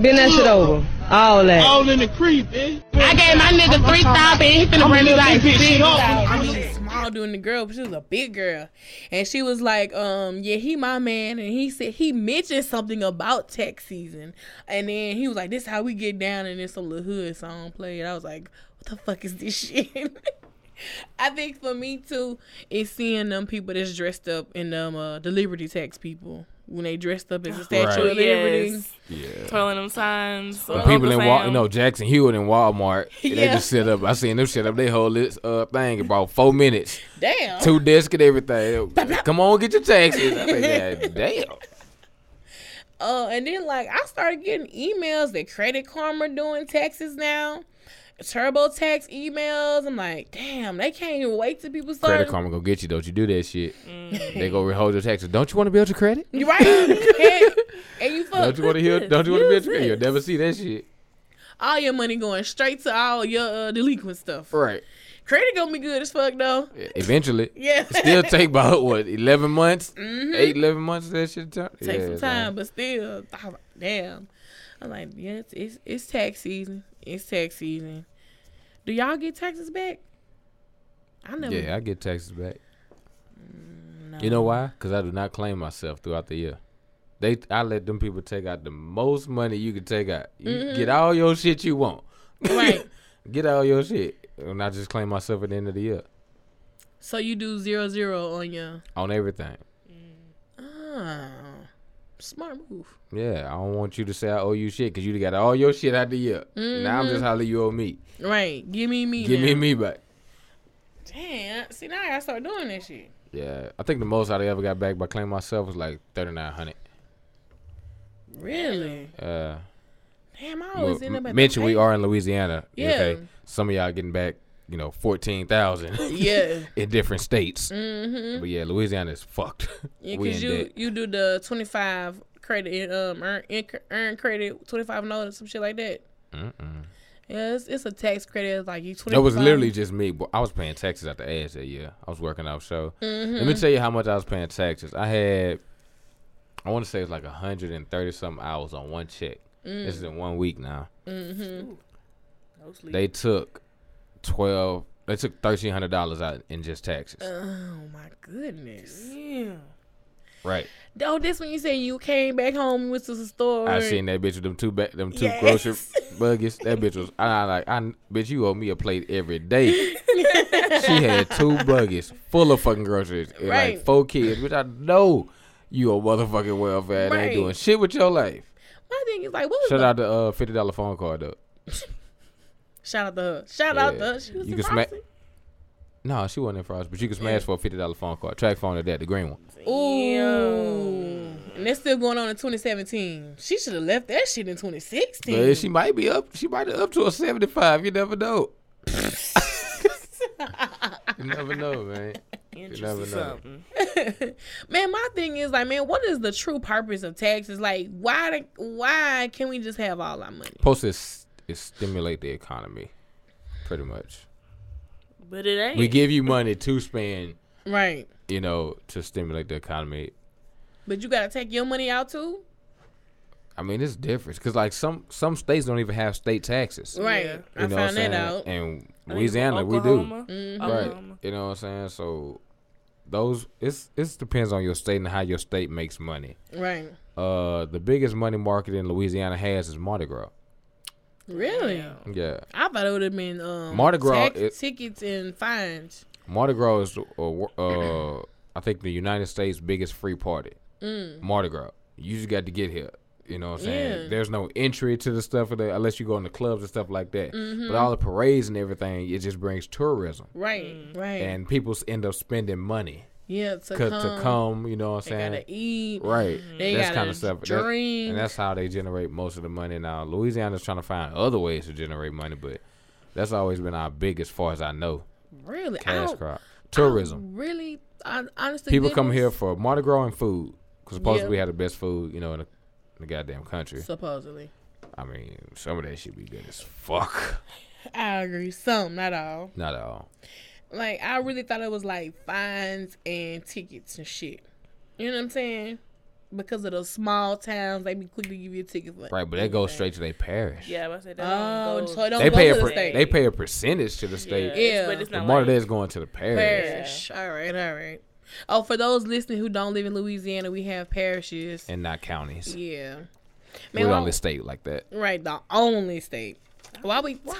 S7: Been that shit over. All that.
S6: All in the creep, bitch.
S7: I gave my nigga three thousand. He finna
S6: I'm just a bitch shit up.
S1: I mean, small doing the girl, but she was a big girl, and she was like, "Um, yeah, he my man," and he said he mentioned something about tax season, and then he was like, "This how we get down," and then some little hood song played. I was like, "What the fuck is this shit?" I think for me too, is seeing them people that's dressed up in them uh, the Liberty Tax people when they dressed up as a Statue
S3: Right.
S1: of Liberty.
S2: Oh, Yes.
S3: Yeah.
S2: Twirling them signs.
S3: The people in Wal, you know, Jackson Hewitt in Walmart, they
S1: Yeah.
S3: just sit up. I seen them sit up. They whole this uh, thing about four minutes,
S1: Damn.
S3: two desk and everything. Come on, get your taxes. I think, God, damn.
S1: Uh, and then like I started getting emails that Credit Karma doing taxes now, TurboTax emails. I'm like, damn, they can't even wait till people start.
S3: Credit Karma gonna get you. Don't you do that shit. They gonna hold your taxes. Don't you want to build your credit?
S1: You right? and, and you fuck
S3: Don't you want to hear? Don't you want to build
S2: Use
S3: your credit? You'll never see that shit.
S1: all your money going straight to all your uh, delinquent stuff.
S3: Right.
S1: Credit gonna be good as fuck though.
S3: E-, Eventually.
S1: Yeah, Mm-hmm.
S3: Still take about what eleven months, eight eleven months. That shit turn.
S1: take
S3: Yeah,
S1: some
S3: man.
S1: time, but still, I'm like, damn. I'm like, yeah, it's, it's it's tax season. It's tax season. Do y'all get taxes back? I never.
S3: Yeah, I get taxes back.
S1: Mm,
S3: You know why? Because I do not claim myself throughout the year. They, I let them people take out the most money you can take out. You get all your shit you want.
S1: Right.
S3: Get all your shit, and I just claim myself at the end of the year
S1: So you do zero zero on your.
S3: on everything.
S1: Oh, smart move.
S3: Yeah, I don't want you to say I owe you shit because you got all your shit out the year. Now
S1: Mm-hmm.
S3: I'm just hollering you owe me.
S1: Right. Give me me.
S3: Give
S1: now.
S3: me me back.
S1: Damn. See now I gotta start doing that shit.
S3: Yeah, I think the most I ever got back by claiming myself was like thirty nine hundred.
S1: Really?
S3: Uh,
S1: Damn. I
S3: well,
S1: always end up at the
S3: mention we
S1: bank.
S3: are in Louisiana.
S1: Yeah.
S3: Okay, some of y'all getting back, you know, fourteen thousand
S1: Yeah.
S3: in different states. But yeah, Louisiana is fucked.
S1: Mm-hmm. Yeah,
S3: we in
S1: cause you
S3: debt.
S1: you do the twenty five credit um earn in, earn credit twenty five notice some shit like that. Mm-mm. Yeah, it's, it's a tax credit it's like you twenty.
S3: That was literally just me. But I was paying taxes at the ass that year. I was working out show. Let me tell you how much I was paying taxes. I had, I want to say it's like hundred and thirty something hours on one check. This is in one week now.
S2: No sleep.
S3: They took twelve. They took thirteen hundred dollars out in just taxes.
S1: Oh my goodness!
S2: yeah.
S3: right.
S1: Oh, this when you say you came back home and went to the store.
S3: I
S1: and-
S3: seen that bitch with them two ba- them two
S1: Yes.
S3: grocery buggies. That bitch was I, I like I bitch you owe me a plate every day. she had two buggies full of fucking groceries and
S1: Right.
S3: like four kids, which I know you a motherfucking welfare and
S1: Right.
S3: ain't doing shit with your life.
S1: My thing is like, what was
S3: Shout
S1: the,
S3: out the uh, fifty dollar phone call though.
S1: shout out to her. Shout out to
S3: Yeah.
S1: her. She was
S3: You
S1: you
S3: can
S1: can
S3: smack- No, she wasn't in Frost, but you can smash for a fifty dollar phone call. Track phone at that, the green one.
S1: Ooh, and that's still going on in 2017. She should have left that shit in 2016.
S3: But she might be up. She might be up to a seventy five. You never know. you never know, man.
S2: Interesting
S3: never know.
S2: something.
S1: Man, my thing is like, man, what is the true purpose of taxes? Like, why, the- why can we just have all our money?
S3: supposed to s- is stimulate the economy, pretty much.
S2: But it ain't.
S3: We give you money to spend,
S1: Right.
S3: you know, to stimulate the economy.
S1: But you gotta take your money out too.
S3: I mean, it's different because like some some states don't even have state taxes.
S1: Right.
S2: Yeah.
S1: I
S3: what I'm
S1: found that
S3: saying?
S1: out.
S3: And
S2: I think
S3: Louisiana,
S2: Oklahoma.
S1: Mm-hmm.
S3: we do. Right.
S2: Oklahoma.
S3: You know what I'm saying? So those it's it depends on your state and how your state makes money.
S1: right.
S3: Uh, the biggest money market in Louisiana has is Mardi Gras.
S1: Really?
S3: Yeah,
S1: I thought it would have been um
S3: Mardi Gras
S1: tax-
S3: is-
S1: tickets and fines.
S3: Mardi Gras is uh, wor- uh, I think the United States biggest free party. Mardi Gras. You just got to get here. You know what I'm saying?
S1: Mm. Yeah.
S3: There's no entry to the stuff of the, unless you go in the clubs and stuff like that.
S1: Mm-hmm.
S3: But all the parades and everything, it just brings tourism.
S1: Right. Right.
S3: And people s- end up spending money
S1: yeah. To
S3: 'cause-
S1: come.
S3: to come, you know what I'm
S1: They gotta
S3: saying?
S1: eat.
S3: Right.
S1: They
S3: that's
S1: gotta
S3: kind of stuff. That-
S1: drink.
S3: and that's how they generate most of the money. Now, Louisiana's trying to find other ways to generate money, but that's always been our biggest, far as I know,
S1: Really. I
S3: cash
S1: don't-
S3: crop.
S1: I
S3: Tourism.
S1: Really. I, honestly.
S3: People come
S1: goodness,
S3: here for Mardi Gras and food because supposedly
S1: Yeah.
S3: we had the best food, you know, in the, in the goddamn country.
S1: Supposedly.
S3: I mean, some of that should be good as fuck.
S1: I agree. Some, not all.
S3: Not at all.
S1: Like I really thought it was like fines and tickets and shit. You know what I'm saying? Because of those small towns, they be quick to give you a ticket for.
S3: Right, but that goes straight to their parish.
S2: Yeah, but I said that.
S1: Oh,
S2: don't go-
S1: so it don't
S3: They
S1: go
S3: pay
S1: to
S3: a
S1: the
S3: per-
S1: state.
S3: they pay a percentage to the
S2: Yeah,
S3: state.
S2: it's-
S1: Yeah.
S2: but it's
S3: But
S2: not
S3: Mardi
S2: like-
S3: Gras is going to the parish.
S1: parish. All right, all right. Oh, for those listening who don't live in Louisiana, we have parishes.
S3: and not counties.
S1: Yeah.
S3: We
S1: Man, why-
S3: don't state like that.
S1: right, the only state. Why we?
S2: Why?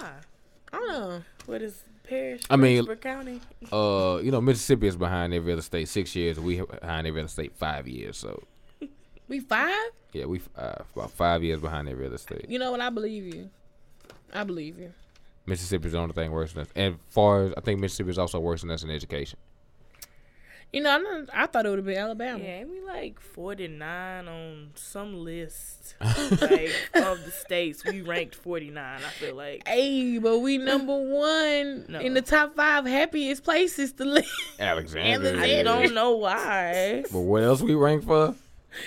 S1: I don't know.
S2: What is parish?
S3: I mean-
S2: Lynchburg County.
S3: Uh, you know, Mississippi is behind every other state six years. We behind every other state five years. So
S1: We five?
S3: yeah, we uh, about five years behind every other state.
S1: You know what? I believe you. I believe you.
S3: Mississippi's the only thing worse than us. And far as I think Mississippi is also worse than us in education.
S1: You know, I, know, I thought it would have been Alabama.
S2: Yeah, ain't we like 49 on some list like, of the states? We ranked 49, I feel like.
S1: Hey, but we number one
S2: No.
S1: in the top five happiest places to live.
S3: Alexander.
S2: I
S3: is-
S2: don't know why.
S3: But what else we rank for?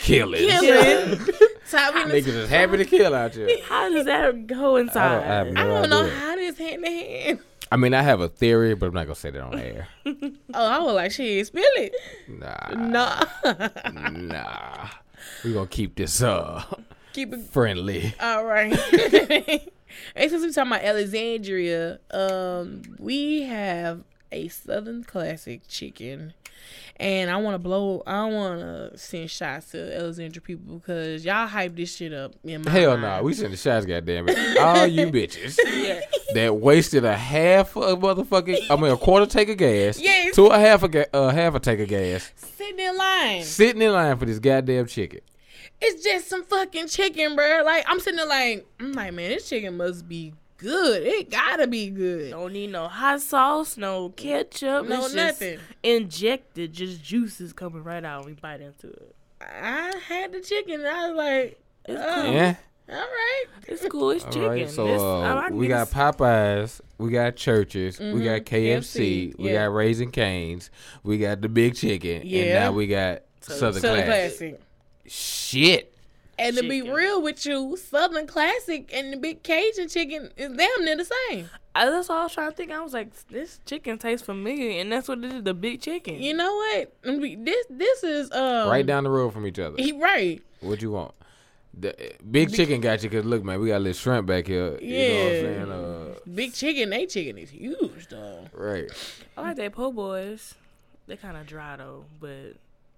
S3: Killing.
S1: top in the
S3: Niggas is happy to kill out here.
S2: How does that go
S3: I don't, I have
S2: inside?
S3: no
S1: I don't know
S3: idea.
S1: how this hand to hand.
S3: I mean, I have a theory, but I'm not gonna say that on air.
S1: Oh, I was like, shit, spill it.
S3: Nah,
S1: No.
S3: nah. We gonna keep this uh
S1: Keep it
S3: friendly.
S1: all right. and since we're talking about Alexandria, um, we have a Southern classic chicken. And I wanna blow I wanna send shots to Alexandria people because y'all hype this shit up in my
S3: Hell
S1: mind.
S3: nah, we send the shots, goddamn it. All you bitches.
S2: Yeah.
S3: that wasted a half a motherfucking, I mean a quarter tank of gas
S1: Yes.
S3: to a half a ga- uh, half a tank of gas,
S1: Sitting in line.
S3: sitting in line for this goddamn chicken.
S1: It's just some fucking chicken, bro. Like I'm sitting there like, I'm like, man, this chicken must be good. It gotta be good.
S2: Don't need no hot sauce, no ketchup,
S1: No
S2: it's just
S1: nothing.
S2: Injected, just juices coming right out. We bite into it.
S1: I had the chicken. And I was like,
S2: It's
S1: Oh.
S2: cool.
S3: Yeah.
S1: all right.
S2: It's cool. It's
S3: All
S2: chicken.
S3: right. So
S2: This- I
S3: uh,
S2: like
S3: we got
S2: this.
S3: Popeyes, we got churches, we got KFC,
S1: KFC,
S3: we
S1: yeah.
S3: got Raising Canes, we got the Big Chicken, and
S1: Yeah.
S3: now we got Southern,
S1: Southern
S3: Class.
S1: classic.
S3: Shit.
S1: And to be
S2: Chicken.
S1: real with you, Southern classic and the big Cajun chicken is damn near the same.
S2: I, that's all I was trying to think. I was like, this chicken tastes familiar, and that's what it is. The big chicken.
S1: You know what? I mean, This this is um
S3: right down the road from each other.
S1: He right.
S3: What you want? The uh, Big Chicken got you. Cause look, man, we got a little shrimp back here. You
S1: Yeah.
S3: know what I'm saying?
S1: Big chicken, they chicken is huge though.
S3: Uh, right.
S2: I like that po' boys. They kind of dry though, but.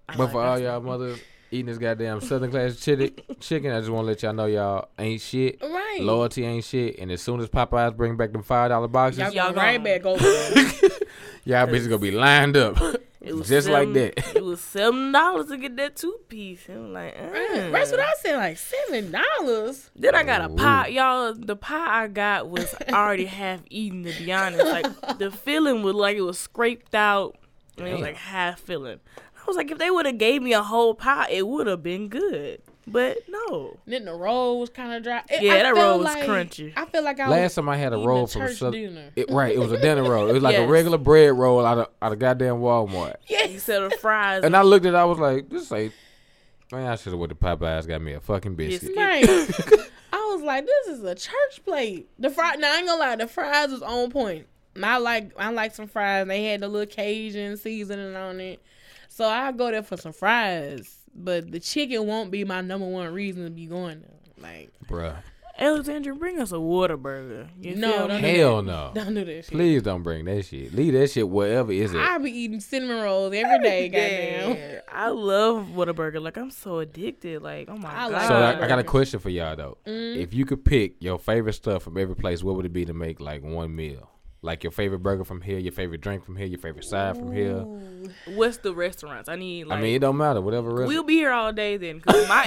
S2: I
S3: But
S2: like
S3: for
S2: that
S3: all
S2: stuff.
S3: y'all mothers eating this goddamn Southern Class chicken, chicken, I just want to let y'all know y'all ain't shit.
S1: Right.
S3: Loyalty ain't shit. And as soon as Popeyes bring back them five dollar boxes,
S1: Y'all,
S3: y'all,
S1: going
S2: Y'all
S1: right
S2: gone.
S1: back over. there.
S3: bitches gonna be lined up,
S2: It was
S3: just like
S2: seven-
S3: that.
S2: it was seven dollars to get that two piece. And I'm like,
S1: Right.
S2: mm.
S1: That's what I said. Like seven dollars.
S2: Then I got a
S3: Ooh.
S2: pie, y'all. The pie I got was already half eaten. To be honest, like the filling was like it was scraped out, and it was like half filling. I was like, if they would have gave me a whole pie, it would have been good. But no,
S1: Then the roll was kind of dry. It-
S2: Yeah,
S1: I
S2: that
S1: feel
S2: roll was crunchy.
S1: I feel like I
S3: Last
S1: was
S3: time I had a
S1: eating
S3: roll
S1: a
S3: from
S1: church
S3: Southern,
S1: dinner.
S3: it, right, it was a dinner roll. It was like
S2: Yes.
S3: a regular bread roll out of out of goddamn Walmart.
S1: yes.
S2: instead of fries,
S3: And I looked at, it, I was like, this ain't. Man, I should have went to Popeyes, got me a fucking biscuit.
S1: Right. I was like, this is a church plate. The fry now I ain't gonna lie, the fries was on point. And I like I like some fries. They had the little Cajun seasoning on it. So I go there for some fries. But the chicken won't be my number one reason to be going there. Like,
S3: Bruh.
S2: Alexandra, bring us a water burger. You
S1: No,
S2: feel
S1: don't
S2: me?
S3: Hell no.
S1: don't do that shit.
S3: Oh. Please don't bring that shit. Leave that shit wherever is it.
S1: I be eating cinnamon rolls every day, goddamn.
S2: Yeah, I love Whataburger. Like I'm so addicted. Like oh my
S1: I
S2: god.
S1: like
S3: So I, I
S1: Whataburger.
S3: got a question for y'all though.
S1: Mm-hmm.
S3: If you could pick your favorite stuff from every place, what would it be to make like one meal? Like your favorite burger from here, your favorite drink from here, your favorite side from here.
S2: What's the restaurants? I need like
S3: I mean, it don't matter. Whatever. Rest-
S2: we'll be here all day then. Cause my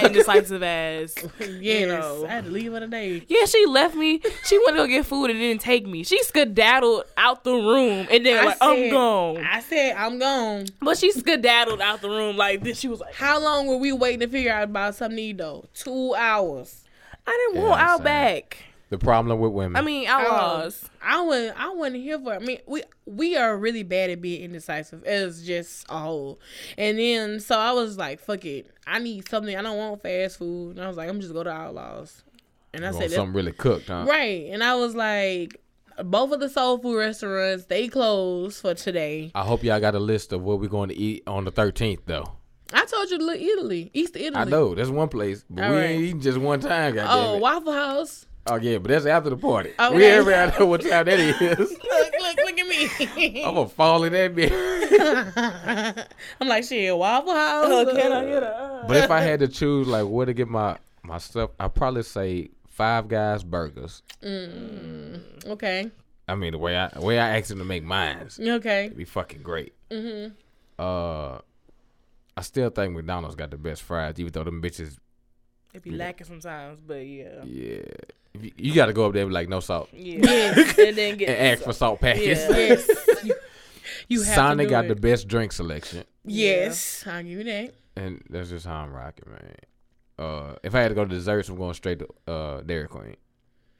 S2: indecisive ass.
S1: Yes,
S2: know.
S1: I had to leave her today.
S2: Yeah, she left me. She went to go get food and didn't take me. She skedaddled out the room and then
S1: I
S2: like I'm
S1: said-
S2: gone.
S1: I said I'm gone.
S2: But she skedaddled out the room like this. She was like,
S1: How long were we waiting to figure out about something to eat though? Two hours.
S2: I didn't
S3: Yeah,
S2: want
S3: I'm
S2: out
S3: saying.
S2: back.
S3: the problem with women.
S2: I mean, outlaws.
S1: I wouldn't. I wouldn't hear for. I mean, we we are really bad at being indecisive. It's just a whole. And then so I was like, fuck it. I need something. I don't want fast food. And I was like, I'm just go to Outlaws. And I
S3: you
S1: said,
S3: want
S1: that,
S3: something really cooked, huh?
S1: right. And I was like, both of the soul food restaurants they closed for today.
S3: I hope y'all got a list of what we're going to eat on the thirteenth though.
S1: I told you to look Italy, East Italy.
S3: I know that's one place, but
S1: All
S3: we
S1: right.
S3: ain't eating just one time. Goddamn
S1: Oh,
S3: it.
S1: Waffle House.
S3: Oh yeah, but that's after the party.
S1: Okay.
S3: We every I know what time that is.
S1: Look, look, look at me.
S3: I'm gonna fall in that bitch.
S1: I'm like, shit, Waffle House.
S3: but if I had to choose like where to get my my stuff, I'd probably say Five Guys burgers.
S1: Okay,
S3: I mean the way I the way I asked them to make mines, it'd
S1: okay.
S3: be fucking great. Mm-hmm. Uh, I still think McDonald's got the best fries, even though them bitches.
S2: It be lacking sometimes, but yeah.
S3: Yeah, If you, you got to go up there with like no salt
S2: Yeah. Yes. and then
S3: and
S2: get
S3: ask for salt packets.
S2: Yeah.
S1: Yes. You- You have
S3: Sonic
S1: to do
S3: got
S1: it.
S3: the best drink selection.
S1: Yes, I'll give you that.
S3: And that's just how I'm rocking, man. Uh, if I had to go to desserts, I'm going straight to uh, Dairy Queen.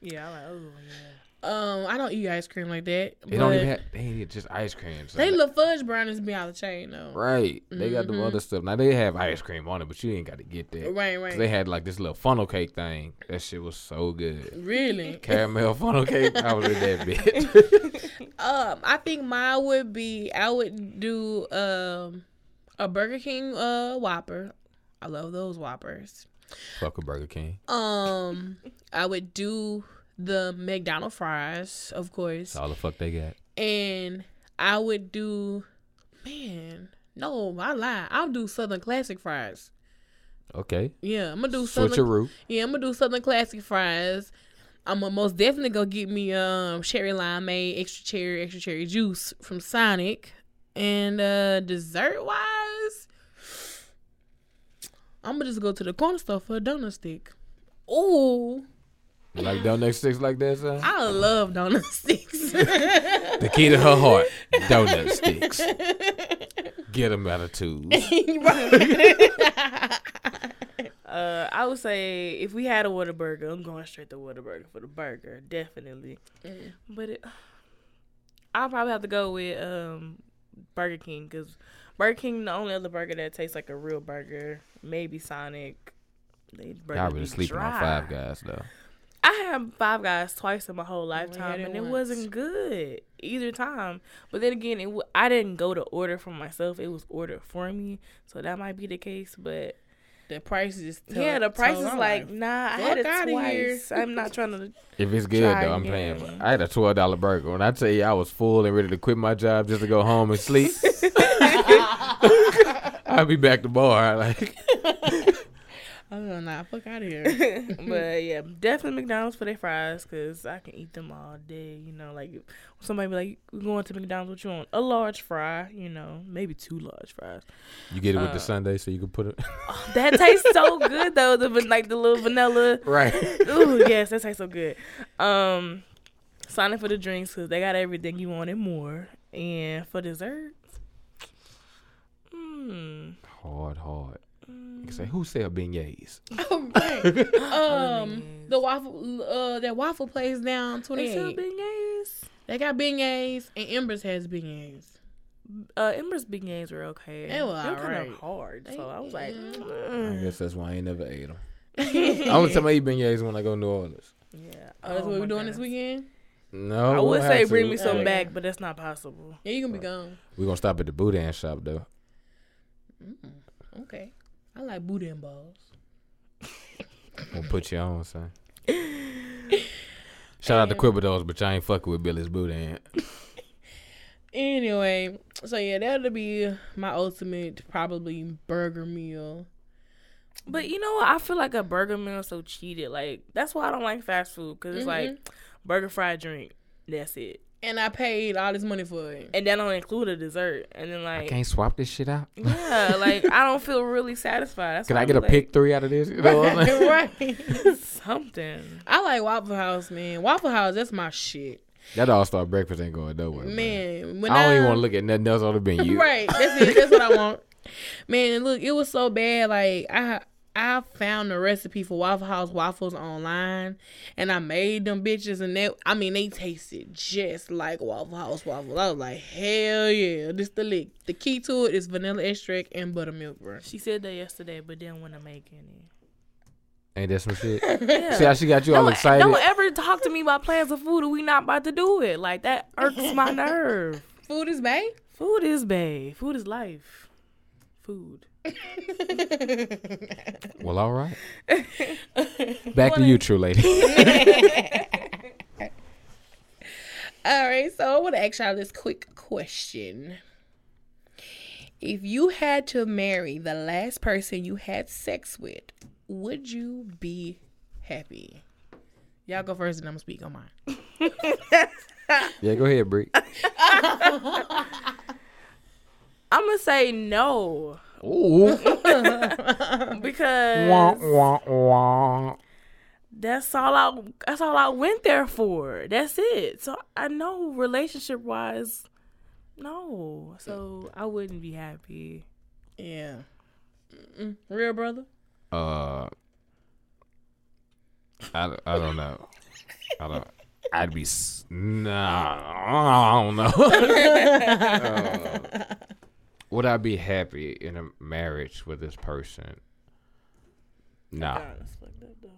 S2: Yeah, I'm like, oh yeah.
S1: Um, I don't eat ice cream like that.
S3: They
S1: But
S3: don't even have, they ain't even just ice cream. so
S1: they
S3: like-
S1: look fudge brownies be out of chain though.
S3: right. They got the other stuff. Now they have ice cream on it, but you ain't got to get that.
S1: Right,
S3: 'Cause
S1: right.
S3: They had like this little funnel cake thing. That shit was so good.
S1: really?
S3: Caramel funnel cake. I was in that bitch.
S1: Um, I think mine would be I would do um a Burger King uh Whopper. I love those Whoppers.
S3: Fuck a Burger King.
S1: Um, I would do the McDonald's fries, of course,
S3: That's all the fuck they got.
S1: and I would do, man, no, I lie. I'll do Southern classic fries.
S3: Okay.
S1: Yeah, I'm gonna do Southern.
S3: Switcheroo.
S1: Yeah, I'm gonna do Southern Classic fries. I'm gonna most definitely go get me um cherry limeade, extra cherry, extra cherry juice from Sonic. And uh dessert wise, I'm gonna just go to the corner store for a donut stick. Ooh,
S3: Like donut sticks like that, son?
S1: I love donut sticks.
S3: The key to her heart, donut sticks. Get them out of tubes.
S2: Uh, I would say if we had a Whataburger, I'm going straight to Whataburger for the burger, definitely.
S1: Mm-hmm.
S2: But it, I'll probably have to go with um, Burger King because Burger King, the only other burger that tastes like a real burger, maybe Sonic. They burger
S3: Y'all really
S2: be
S3: sleeping on
S2: dry.
S3: Five Guys though.
S2: I had Five Guys twice in my whole lifetime,
S1: it
S2: and it
S1: once.
S2: wasn't good either time. But then again, it w- I didn't go to order for myself; it was ordered for me, so that might be the case. But
S1: the price is tell-
S2: yeah, the price
S1: told
S2: is
S1: my
S2: like,
S1: life.
S2: nah, I
S1: Fuck
S2: had it
S1: outta here.
S2: twice. I'm not trying to.
S3: If it's good
S2: Try
S3: though, I'm
S2: again.
S3: paying. for it. I had a twelve dollar burger. When I tell you I was full and ready to quit my job just to go home and sleep, I'll be back tomorrow. Like
S1: oh nah, fuck out of here.
S2: but yeah, definitely McDonald's for their fries because I can eat them all day. You know, like if somebody be like, "We're going to McDonald's. What you want? A large fry? You know, maybe two large fries."
S3: you get it with the
S2: Uh.
S3: Sunday, so you can put it
S2: That tastes so good though. The van- like the little vanilla.
S3: right.
S2: Ooh, yes, that tastes so good. Um, signing for the drinks because they got everything you want and more. And for dessert, hmm,
S3: Hard, hard. You can say who sell beignets?
S1: um, the waffle, uh, that waffle place down
S2: they sell
S1: 28.
S2: beignets.
S1: They got beignets, and Embers has beignets.
S2: Uh, Ember's beignets were okay.
S1: They were
S2: kind
S1: alright. Mm-hmm.
S2: of hard, so I was like,
S3: I
S2: mm.
S3: guess that's why I ain't never ate them. Only time I eat beignets when I go to New Orleans.
S2: yeah.
S1: Oh, that's what
S2: my
S1: we're doing
S2: goodness.
S1: this weekend?
S3: No,
S2: I
S3: Oh, we'll
S2: would
S3: have
S2: say
S3: to.
S2: bring me some
S1: Yeah.
S2: back, but that's not possible.
S1: Yeah, you gonna be gone.
S3: We're gonna stop at the Boudin shop though.
S1: Okay. I like booty and balls.
S3: We'll put you on, son. Shout out to Quibidos, but y'all ain't fucking with Billy's Boudin.
S1: Anyway, so yeah, that'll be my ultimate probably burger meal.
S2: But you know what? I feel like a burger meal is so cheated. Like that's why I don't like fast food because it's like
S1: Mm-hmm.
S2: burger, fried drink. That's it,
S1: And I paid all this money for it.
S2: and that don't include a dessert. And then
S3: I
S2: like,
S3: can't swap this shit out.
S2: yeah, like I don't feel really satisfied. That's
S3: Can I
S2: why I'm
S3: get a
S2: like,
S3: pick three out of this? You know what I'm saying?
S1: right.
S2: something?
S1: I like Waffle House, man. Waffle House, that's my shit.
S3: that all star breakfast ain't going nowhere. Man,
S1: Man, when
S3: I don't even want to look at nothing else on the menu.
S1: Right. That's it. That's what I want. Man, and look, it was so bad. Like I I found the recipe for Waffle House waffles online and I made them bitches and they I mean they tasted just like Waffle House waffles. I was like, hell yeah, this the lick. The key to it is vanilla extract and buttermilk bro.
S2: She said that yesterday, but didn't want to make any.
S3: Ain't that some shit?
S2: Yeah. eh.
S3: See how she got you all
S2: don't,
S3: excited?
S2: don't ever talk to me about plans of food and we not about to do it. Like that irks my nerve.
S1: Food is bae.
S2: Food is bae. Food is life. Food.
S3: well, all right. Back to you, true lady.
S1: All right, so I want to ask y'all this quick question. If you had to marry the last person you had sex with, would you be happy? Y'all go first and I'm gonna speak on mine.
S3: yeah, go ahead, Brie.
S2: I'm gonna say no
S3: Ooh.
S2: because
S3: wah, wah, wah.
S2: that's all I that's all I went there for. That's it. So I know relationship wise, no. So I wouldn't be happy.
S1: Yeah. Mm-mm. Real brother?
S3: Uh, I, d- I don't know. I don't. I'd be s- nah. I don't know. Uh, would I be happy in a marriage with this person? Nah,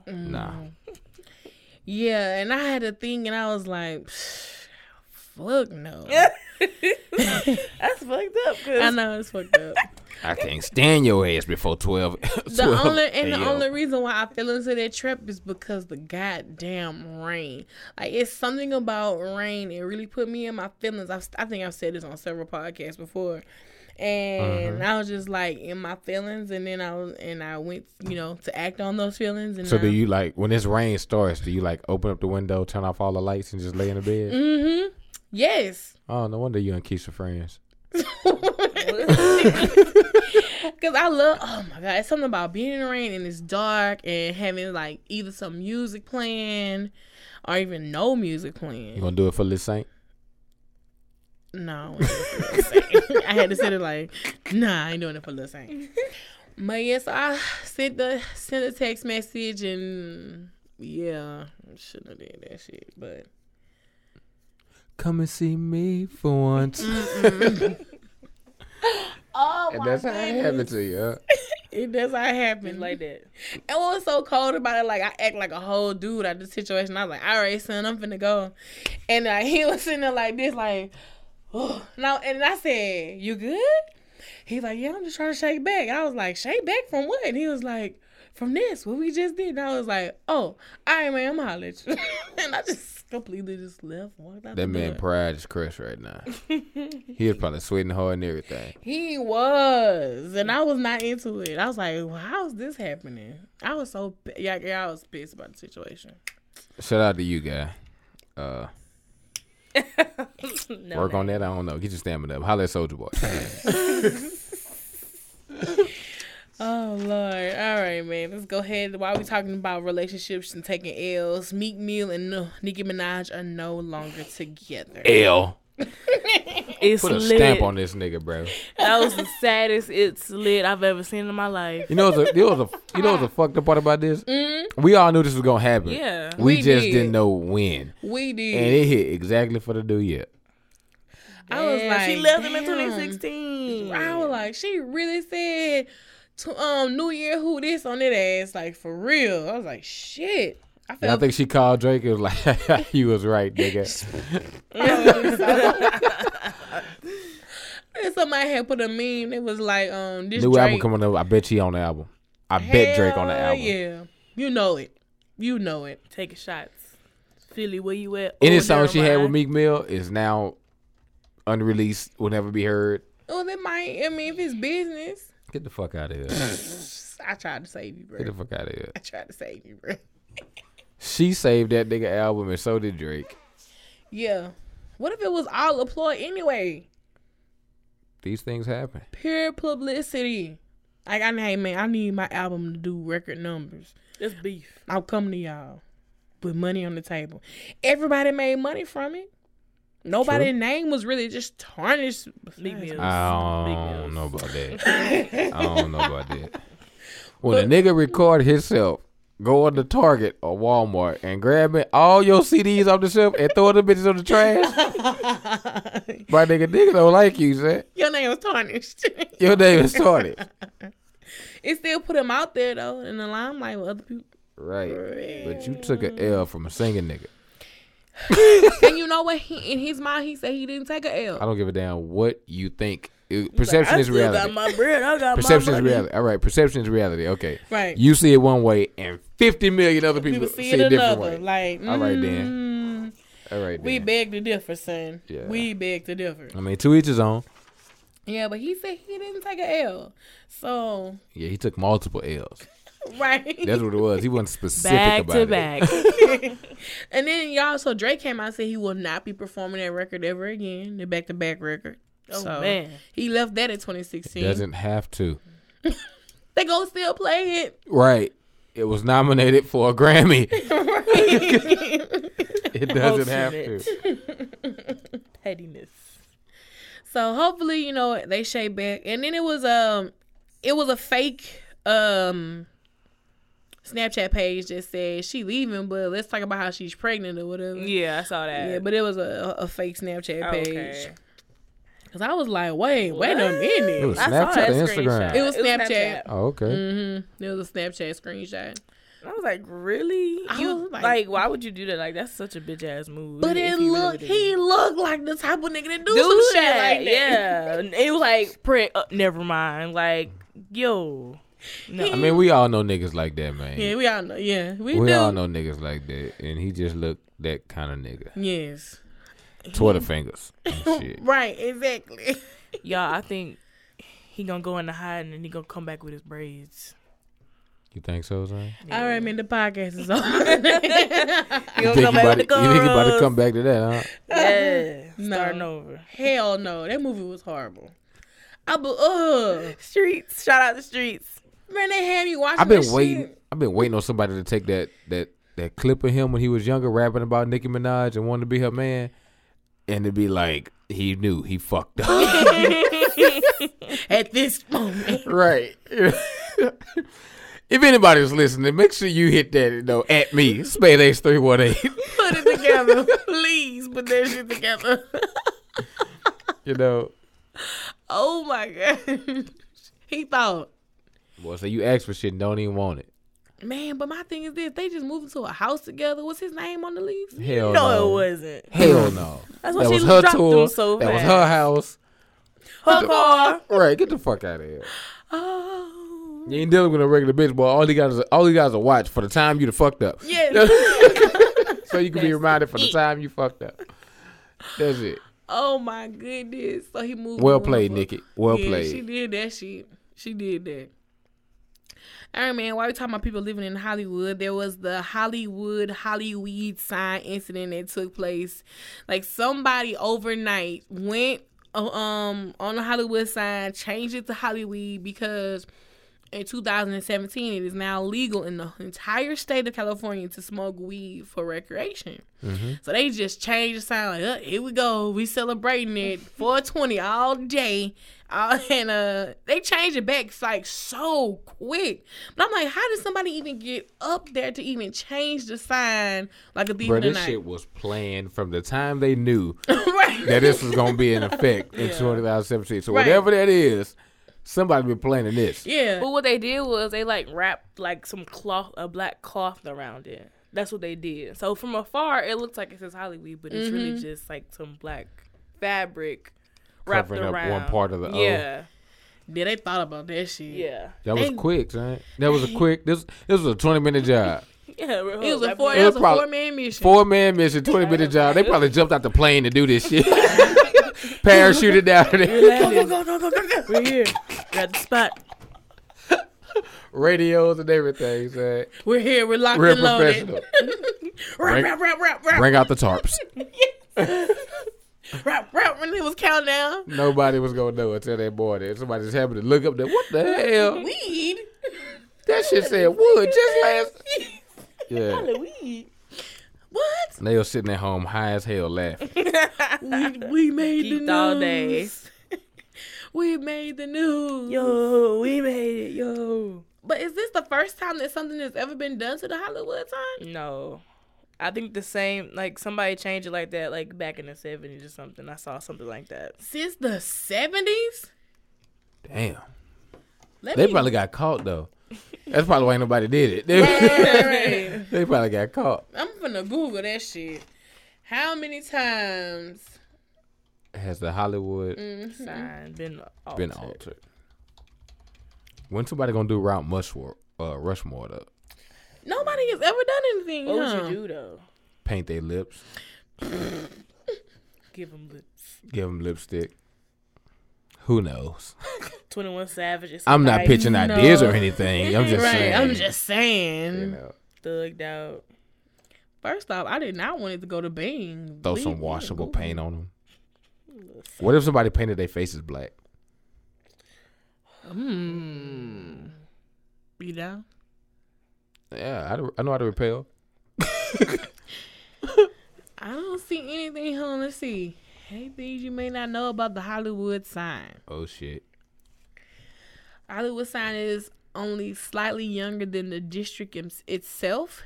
S1: Mm.
S3: nah.
S1: Yeah, and I had a thing and I was like, fuck no.
S2: That's fucked up.
S1: I
S2: Cause
S1: know it's fucked up.
S3: I can't stand your ass before twelve.
S1: The
S3: 12
S1: only and the
S3: a.m..
S1: only reason why I fell into that trap is because the goddamn rain. Like it's something about rain. It really put me in my feelings. I've, I think I've said this on several podcasts before. and I was just like in my feelings, and then I was and I went, you know, to act on those feelings. And
S3: So do
S1: I-
S3: you like when this rain starts? Do you like open up the window, turn off all the lights, and just lay in the bed?
S1: Mm.
S2: Mm-hmm.
S1: Yes.
S3: Oh, no wonder you and Keisha friends.
S1: Cause I love, oh my god, it's something about being in the rain and it's dark and having like either some music playing, or even no music
S3: You
S1: playing.
S3: gonna do it for Lil Saint?
S1: No, I had to sit there like, nah, I ain't doing it for Lil Saint. But yes, I sent the sent a text message and yeah, shouldn't have did that shit. But
S3: Come and see me for once.
S1: oh
S3: and that's how it happened to you. Huh?
S1: It does not happen like that. And what was so cold about it, like I act like a whole dude at the situation. I was like, all right, son, I'm finna go. And like, he was sitting there like this, like, oh. And, I, and I said, you good? He's like, yeah, I'm just trying to shake back. I was like, shake back from what? And he was like, from this, what we just did. And I was like, oh, all right, man, I'm holler at you. and I just completely just left. Walked out
S3: That
S1: the
S3: man
S1: door.
S3: pride is crushed right now. he was probably sweating hard and everything.
S1: He was, and I was not into it. I was like, well, "How's this happening?" I was so pi- yeah, yeah, I was pissed about the situation.
S3: Shout out to you, guy. Uh,
S2: No,
S3: work on that. I don't know. Get your stamina up. Holla at Soldier Boy.
S1: Oh lord! All right, man. Let's go ahead. While we talking about relationships and taking L's, Meek Mill and uh, Nicki Minaj are no longer together.
S3: L.
S2: It's
S3: Put a
S2: lit.
S3: stamp on this nigga, bro.
S2: That was the saddest it's lit I've ever seen in my life.
S3: You know, what's a, you know, what's a, you know, what's a fucked up part about this? We all knew this was gonna happen. we,
S2: Yeah.
S1: Mm-hmm. We
S3: just
S1: did.
S3: did. not know when,
S1: We
S3: and
S1: did.
S3: it hit exactly for the new year.
S1: I was
S2: Yeah,
S1: like,
S2: she left him in
S1: damn.
S2: 2016.
S1: I was like, she really said, to, um, New Year, who this on that ass? Like for real. I was like, shit. I
S3: And I
S1: felt
S3: think she called Drake and was like, "You was right, nigga."
S1: And somebody had put a meme. It was like, um, this
S3: New
S1: Drake,
S3: album coming up. I bet she on the album. I bet Drake on the
S1: Hell
S3: album.
S1: Yeah, you know it. You know it.
S2: Taking shots. Philly, where you at?
S3: Any
S2: Oh,
S3: song she had
S2: Jeremiah.
S3: with Meek Mill is now unreleased. Will never be heard.
S1: Well, it Oh, might. I mean, if it's business,
S3: Get the fuck out of here. Get
S1: I tried to save you,
S3: the
S1: bro.
S3: fuck out of here.
S1: I tried to save you, bro.
S3: She saved that nigga album, and so did Drake.
S1: Yeah. What if it was all a ploy anyway?
S3: These things happen.
S1: Pure publicity. Like, I hey man, I need my album to do record numbers.
S2: That's beef.
S1: I'll come to y'all with money on the table. Everybody made money from it. Nobody's name was really just tarnished.
S2: Meek Mills.
S3: I
S2: Meek
S3: don't
S2: Mills.
S3: know about that. I don't know about that. When a nigga record himself going to Target or Walmart and grabbing all your CDs off the shelf and throwing the bitches on the trash, my nigga, nigga don't like you, son.
S1: Your name was tarnished.
S3: Your name is Target.
S1: it still put him out there though in the limelight with other people.
S3: Right. But you took an L from a singing nigga.
S1: and you know what? He, in his mind, he said he didn't take a
S3: I
S1: L.
S3: don't give a damn what you think. It- perception
S2: I
S3: is
S2: still got
S3: reality.
S2: my bread. I got
S3: Perception
S2: my
S3: is
S2: money.
S3: reality. All right, perception is reality. Okay.
S1: Right.
S3: You see it one way, and 50 million other people,
S1: People
S3: see it a different way.
S1: Like,
S3: All right,
S1: mm,
S3: then. All right,
S1: We
S3: then.
S1: beg to differ, son.
S3: Yeah. Uh.
S1: We beg to differ.
S3: I mean, to each his own.
S1: Yeah, but he said he didn't take a L. So,
S3: Yeah, he took multiple L's.
S1: right.
S3: That's what it was. He wasn't specific
S2: Back
S3: about
S2: to
S3: it.
S2: back.
S1: And then y'all, so Drake came out and said he will not be performing that record ever again, the back to back record.
S2: Oh,
S1: so,
S2: man.
S1: He left that in 2016.
S3: Doesn't have to.
S1: They gonna still play it.
S3: Right. It was nominated for a Grammy. it doesn't have to.
S2: Pettiness.
S1: So hopefully, you know, they shake back. And then it was um it was a fake um Snapchat page that said she leaving, but let's talk about how she's pregnant or whatever.
S2: Yeah, I saw that.
S1: Yeah, but it was a, a fake Snapchat page.
S2: Okay.
S1: Cause I was like, wait, wait a
S2: What?
S1: minute.
S3: It was
S2: I saw
S3: Snapchat
S2: that
S3: or
S2: screenshot.
S3: Instagram.
S1: It was Snapchat.
S3: Oh, okay.
S1: It was a Snapchat screenshot.
S2: I was like, really?
S1: I
S2: You
S1: was like-
S2: like, why would you do that? Like, that's such a bitch ass move.
S1: But
S2: if
S1: it
S2: you really
S1: looked
S2: did.
S1: he looked like the type of nigga that do,
S2: do
S1: some shit
S2: that.
S1: like that.
S2: Yeah, And it was like print. Uh, never mind. Like, yo, no.
S3: I mean, we all know niggas like that, man.
S1: Yeah, we all know. Yeah, we,
S3: we
S1: do.
S3: all know niggas like that. And he just looked that kind of nigga.
S1: Yes.
S3: Mm. Twitter fingers. and shit.
S1: Right, exactly.
S2: y'all, I think he gonna go into hiding and he gonna come back with his braids.
S3: You think so, Zane?
S1: All right, man. The podcast is on.
S2: He
S3: You
S2: gonna
S3: think
S2: come
S3: you
S2: back
S3: about,
S2: with
S3: to, you think you about to
S2: the
S3: come back to that, huh?
S2: Yeah,
S1: No.
S2: starting over.
S1: Hell no, that movie was horrible. I bu- ugh.
S2: Streets, shout out the streets.
S1: Man, they had me watching.
S3: I've been
S1: that
S3: waiting.
S1: Shit.
S3: I've been waiting on somebody to take that that that clip of him when he was younger, rapping about Nicki Minaj and wanting to be her man, and to be like, he knew he fucked up.
S1: At this moment,
S3: right. if anybody was listening, make sure you hit that you know at me spade ace three one eight.
S1: put it together, please. Put that shit together.
S3: You know,
S1: oh my god. he thought,
S3: boy, so you ask for shit and don't even want it.
S1: man. But my thing is this: they just moved into a house together. What's his name on the leaves?
S3: Hell
S2: No,
S3: no,
S2: it wasn't.
S3: Hell no.
S2: That's why
S3: That
S2: she
S3: was her
S2: dropped
S3: tour.
S2: them so
S3: that was
S2: fast.
S3: her house.
S2: Her car.
S3: Right, get the fuck out of here.
S1: Oh,
S3: You ain't dealing with a regular bitch, boy. All you got is all you got is a watch for the time you done fucked up.
S1: yes.
S3: so you can be reminded for the time you fucked up. That's it.
S1: oh my goodness. So he moved.
S3: Well
S1: on
S3: played,
S1: for-
S3: Nikki. Well
S1: yeah,
S3: played.
S1: She did that shit. She did that. All right, man. While we talking about people living in Hollywood, there was the Hollywood Hollyweed sign incident that took place. Like somebody overnight went uh, um on the Hollywood sign, changed it to Hollyweed because in 2017 it is now legal in the entire state of California to smoke weed for recreation.
S3: Mm-hmm.
S1: So they just changed the sign like, uh, here we go, we celebrating it 420 all day. Uh, and uh, they changed it back like so quick. But I'm like, how did somebody even get up there to even change the sign like a thief
S3: Bro,
S1: in the
S3: this
S1: night?
S3: shit was planned from the time they knew
S1: right.
S3: that this was gonna be in effect in 2017. So
S1: Right.
S3: whatever that is, somebody been planning this.
S1: Yeah.
S2: But what they did was they like wrapped like some cloth, a black cloth around it. That's what they did. So from afar, it looks like it says Hollywood, but it's really just like some black fabric wrapped
S3: Covering up
S2: around
S3: one part of the O.
S2: Yeah,
S1: Yeah, they thought about that shit.
S2: yeah,
S3: That was
S1: Dang.
S3: quick, son. That was a quick. This this was a 20 minute job,
S2: yeah.
S1: It was a four.
S3: It
S1: It
S3: was
S1: was a
S3: probably-
S1: four man mission.
S3: four man mission, 20 minute job. They probably jumped out the plane to do this shit. Parachuted down there,
S2: We're here. Got the spot.
S3: radios and everything. Son.
S1: We're here. We're locked
S3: Real
S1: and loaded.
S3: professional.
S1: Rap,
S3: Bring-
S1: rap, rap, rap, rap,
S3: Bring out the tarps.
S1: rap, rap. When it was countdown,
S3: Nobody was gonna know until they bought it. Somebody just happened to look up there. What the hell?
S1: weed.
S3: That shit said wood just last. Yeah,
S2: We
S1: What?
S3: they were sitting at home high as hell laughing.
S1: We, we made the
S2: geeked
S1: news.
S2: all day.
S1: We made the news.
S2: Yo, we made it. Yo.
S1: But is this the first time that something has ever been done to the Hollywood sign?
S2: No. I think the same, like somebody changed it like that, like back in the 70s or something. I saw something like that.
S1: Since the seventies?
S3: Damn,
S1: Let
S3: they
S1: me-
S3: probably got caught though. That's probably why ain't nobody did it. They, they probably got caught.
S1: I'm finna Google that shit. How many times?
S3: Has the Hollywood
S1: Mm-hmm.
S2: Sign been altered.
S3: been altered? When somebody gonna do Route Mushmore, uh, Rushmore to
S1: Nobody has ever done anything.
S2: What
S1: huh?
S2: would you do though?
S3: paint their lips,
S2: Give them lips.
S3: give them lipstick? Who knows?
S2: 21 Savage. is
S3: I'm not
S2: somebody
S3: pitching ideas or anything. I'm just
S1: Right.
S3: saying.
S1: I'm just saying.
S3: you know.
S2: Thugged out.
S1: First off, I did not want it to go to Bing.
S3: throw
S1: Leave me
S3: some
S1: in
S3: washable
S1: Google.
S3: paint on them. What if somebody painted their faces black?
S1: You down?
S3: Yeah, I, do- I know how to repel.
S1: I don't see anything. Hold on, let's see. Hey, things you may not know about the Hollywood sign.
S3: Oh shit!
S1: Hollywood sign is only slightly younger than the district im- itself.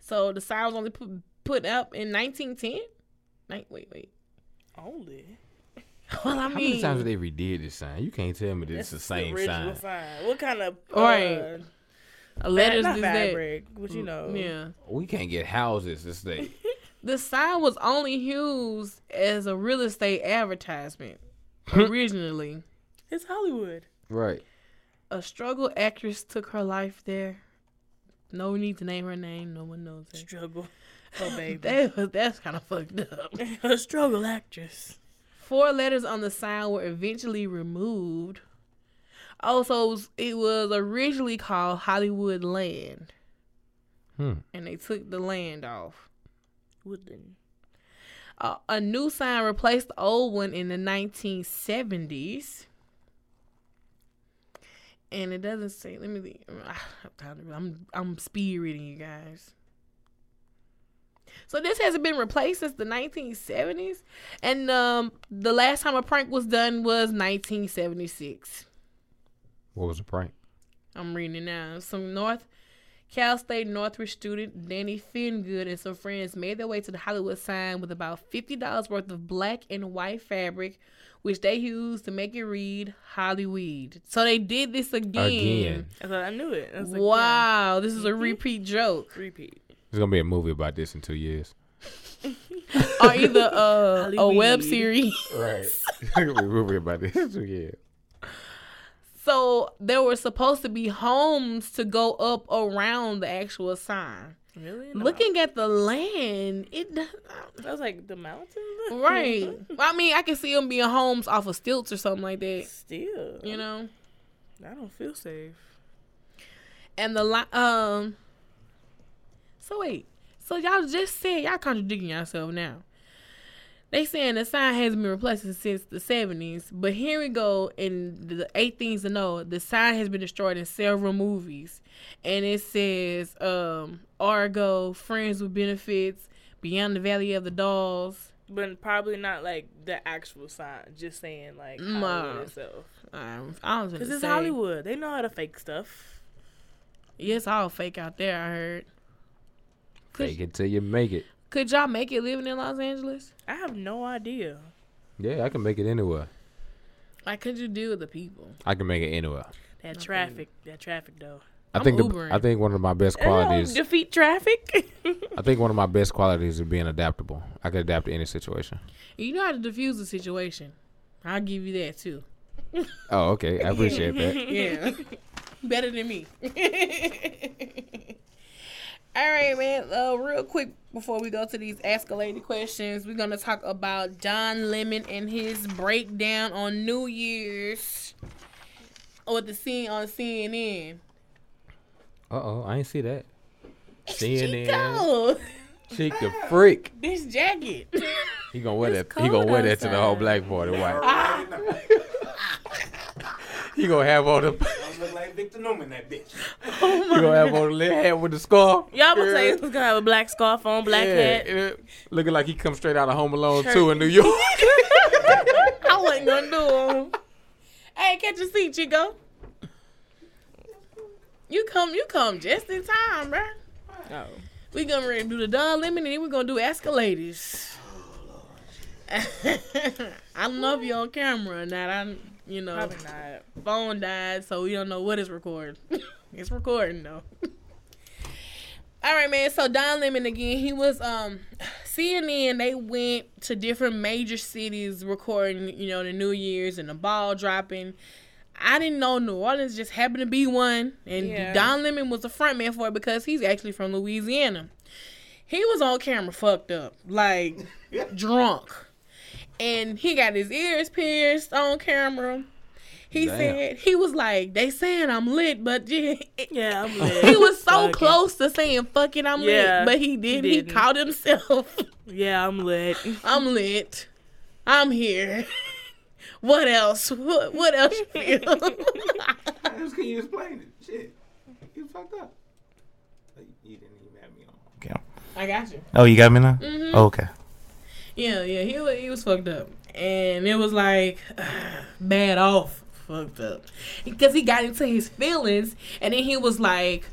S1: So the sign was only put, put up in 1910. Ni- wait, wait.
S2: Only.
S1: Well, I
S3: How many
S1: mean,
S3: times have they redid this sign? You can't tell me that it's the same
S2: original
S3: sign.
S2: sign. What kind of. Uh,
S1: Right. letters
S2: not
S1: is that. Mm,
S2: fabric. What you know?
S1: Yeah.
S3: We can't get houses this day.
S1: The sign was only used as a real estate advertisement originally.
S2: It's Hollywood.
S3: right.
S1: a struggle actress took her life there. No need to name her name. No one knows her.
S2: Struggle. Oh, baby.
S1: That was, that's kind of fucked up.
S2: a struggle actress.
S1: four letters on the sign were eventually removed. Also, it was, it was originally called Hollywood Land,
S3: Hmm.
S1: and they took the land off.
S2: Woodland.
S1: A a new sign replaced the old one in the 1970s. And it doesn't say. Let me. think. I'm tired of- I'm I'm speed reading you guys. So this hasn't been replaced since the 1970s, and um, the last time a prank was done was 1976.
S3: What was the prank?
S1: I'm reading it now. Some North Cal State Northridge student Danny Fingood and some friends made their way to the Hollywood sign with about fifty dollars worth of black and white fabric, which they used to make it read Hollyweed. So they did this again.
S3: Again.
S2: I thought I knew it. I was like, yeah,
S1: wow, this is a repeat joke.
S2: repeat.
S3: There's gonna be a movie about this in two years.
S1: Or either uh, a web
S2: Hollyweed.
S1: series.
S3: Right. There's gonna be a movie about this in two years.
S1: So there were supposed to be homes to go up around the actual sign.
S2: Really? The
S1: Looking at the land, it doesn't.
S2: mount- I was like the mountain.
S1: Right. Well, I mean, I can see them being homes off of stilts or something like that,
S2: Still,
S1: you know.
S2: I don't feel safe.
S1: And the li- um. So wait, so y'all just said y'all contradicting yourself now. They saying the sign has been replaced since the seventies, but here we go. In the eight things to know, the sign has been destroyed in several movies, and it says um Argo, Friends with Benefits, Beyond the Valley of the Dolls.
S2: But probably not like the actual sign. Just saying like
S1: Mm,
S2: Hollywood
S1: uh,
S2: itself.
S1: Um, I was gonna
S2: Because it's
S1: say-
S2: Hollywood. They know how to fake stuff.
S1: Yeah, it's all fake out there. I heard. Could,
S3: Fake it till you make it.
S1: could y'all make it living in Los Angeles?
S2: I have no idea.
S3: Yeah, I can make it anywhere.
S1: Like, could you deal with the people?
S3: I can make it anywhere.
S2: That traffic. That traffic though.
S3: I
S1: I'm
S3: think the,
S1: Ubering.
S3: I think one of my best
S2: It
S3: qualities
S2: don't defeat traffic.
S3: I think one of my best qualities is being adaptable. I could adapt to any situation.
S1: You know how to diffuse the situation. I'll give you that too.
S3: Oh, okay. I appreciate that.
S1: Yeah, better than me. All right, man. Uh, real quick before we go to these ask a lady questions, we're gonna talk about Don Lemon and his breakdown on New Year's with the scene on CNN.
S3: Uh oh, I ain't see that. CNN,
S1: Chico,
S3: Chica freak.
S1: this jacket.
S3: He gonna wear that. He gonna wear that to the whole black party. Why? he gonna have all the.
S8: Look like Victor Newman, that bitch.
S3: He gonna have all the little hat with the scarf.
S2: Oh Y'all gonna say it's gonna have a black scarf on, black hat.
S3: Yeah, yeah. Looking like he come straight out of Home Alone too in New York.
S1: I wasn't gonna do them. Hey, catch a seat, Chico. You come, you come just in time, bruh.
S2: Oh.
S1: We gonna ready to do the Don Lemon, and then we gonna do Escalators. I don't know if you're on camera or not. I, you know,
S2: Probably not.
S1: phone died, so we don't know what is recording. it's recording though. All right, man. So Don Lemon again. He was um CNN. They went to different major cities recording, you know, the New Year's and the ball dropping. I didn't know New Orleans just happened to be one, and
S2: Yeah.
S1: Don Lemon was the front man for it because he's actually from Louisiana. He was on camera, fucked up, like drunk, and he got his ears pierced on camera. He
S3: Damn.
S1: said he was like, "They saying I'm lit, but yeah,
S2: Yeah, I'm lit.
S1: he was so
S2: Fuck it.
S1: close to saying "fuck it, I'm
S2: Yeah,
S1: lit," but he didn't. He,
S2: didn't.
S1: called himself,
S2: Yeah, I'm lit.
S1: "I'm lit, I'm here." what else? What, what else? You feel?
S8: How else can you explain it? Shit. You fucked up. Like, You didn't even have me on. Okay.
S1: I got you. Mm-hmm.
S8: Oh, you got me now? okay.
S1: Yeah, yeah. He was, he was fucked up, and it was like bad off, fucked up, because he got into his feelings, and then he was like.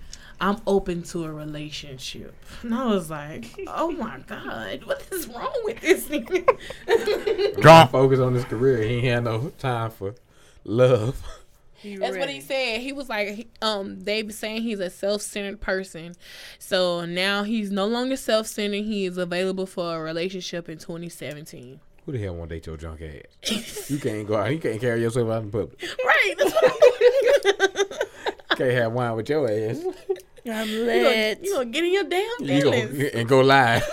S1: I'm open to a relationship. And I was like, oh my God, what is wrong with this nigga?
S8: Drunk.
S3: Focus on his career. He ain't had no time for love.
S1: That's what he said. He was like, he- um, they be saying he's a self-centered person, so now he's no longer self-centered. He is available for a relationship in 2017.
S3: Who the hell want to date your drunk ass? You can't go out. You can't carry yourself out in public.
S1: Right. That's what I-
S3: Can't have wine with your ass.
S2: I'm
S1: you, gonna,
S2: lit.
S1: you gonna get in your damn
S3: You
S1: feelings.
S3: gonna, and go live.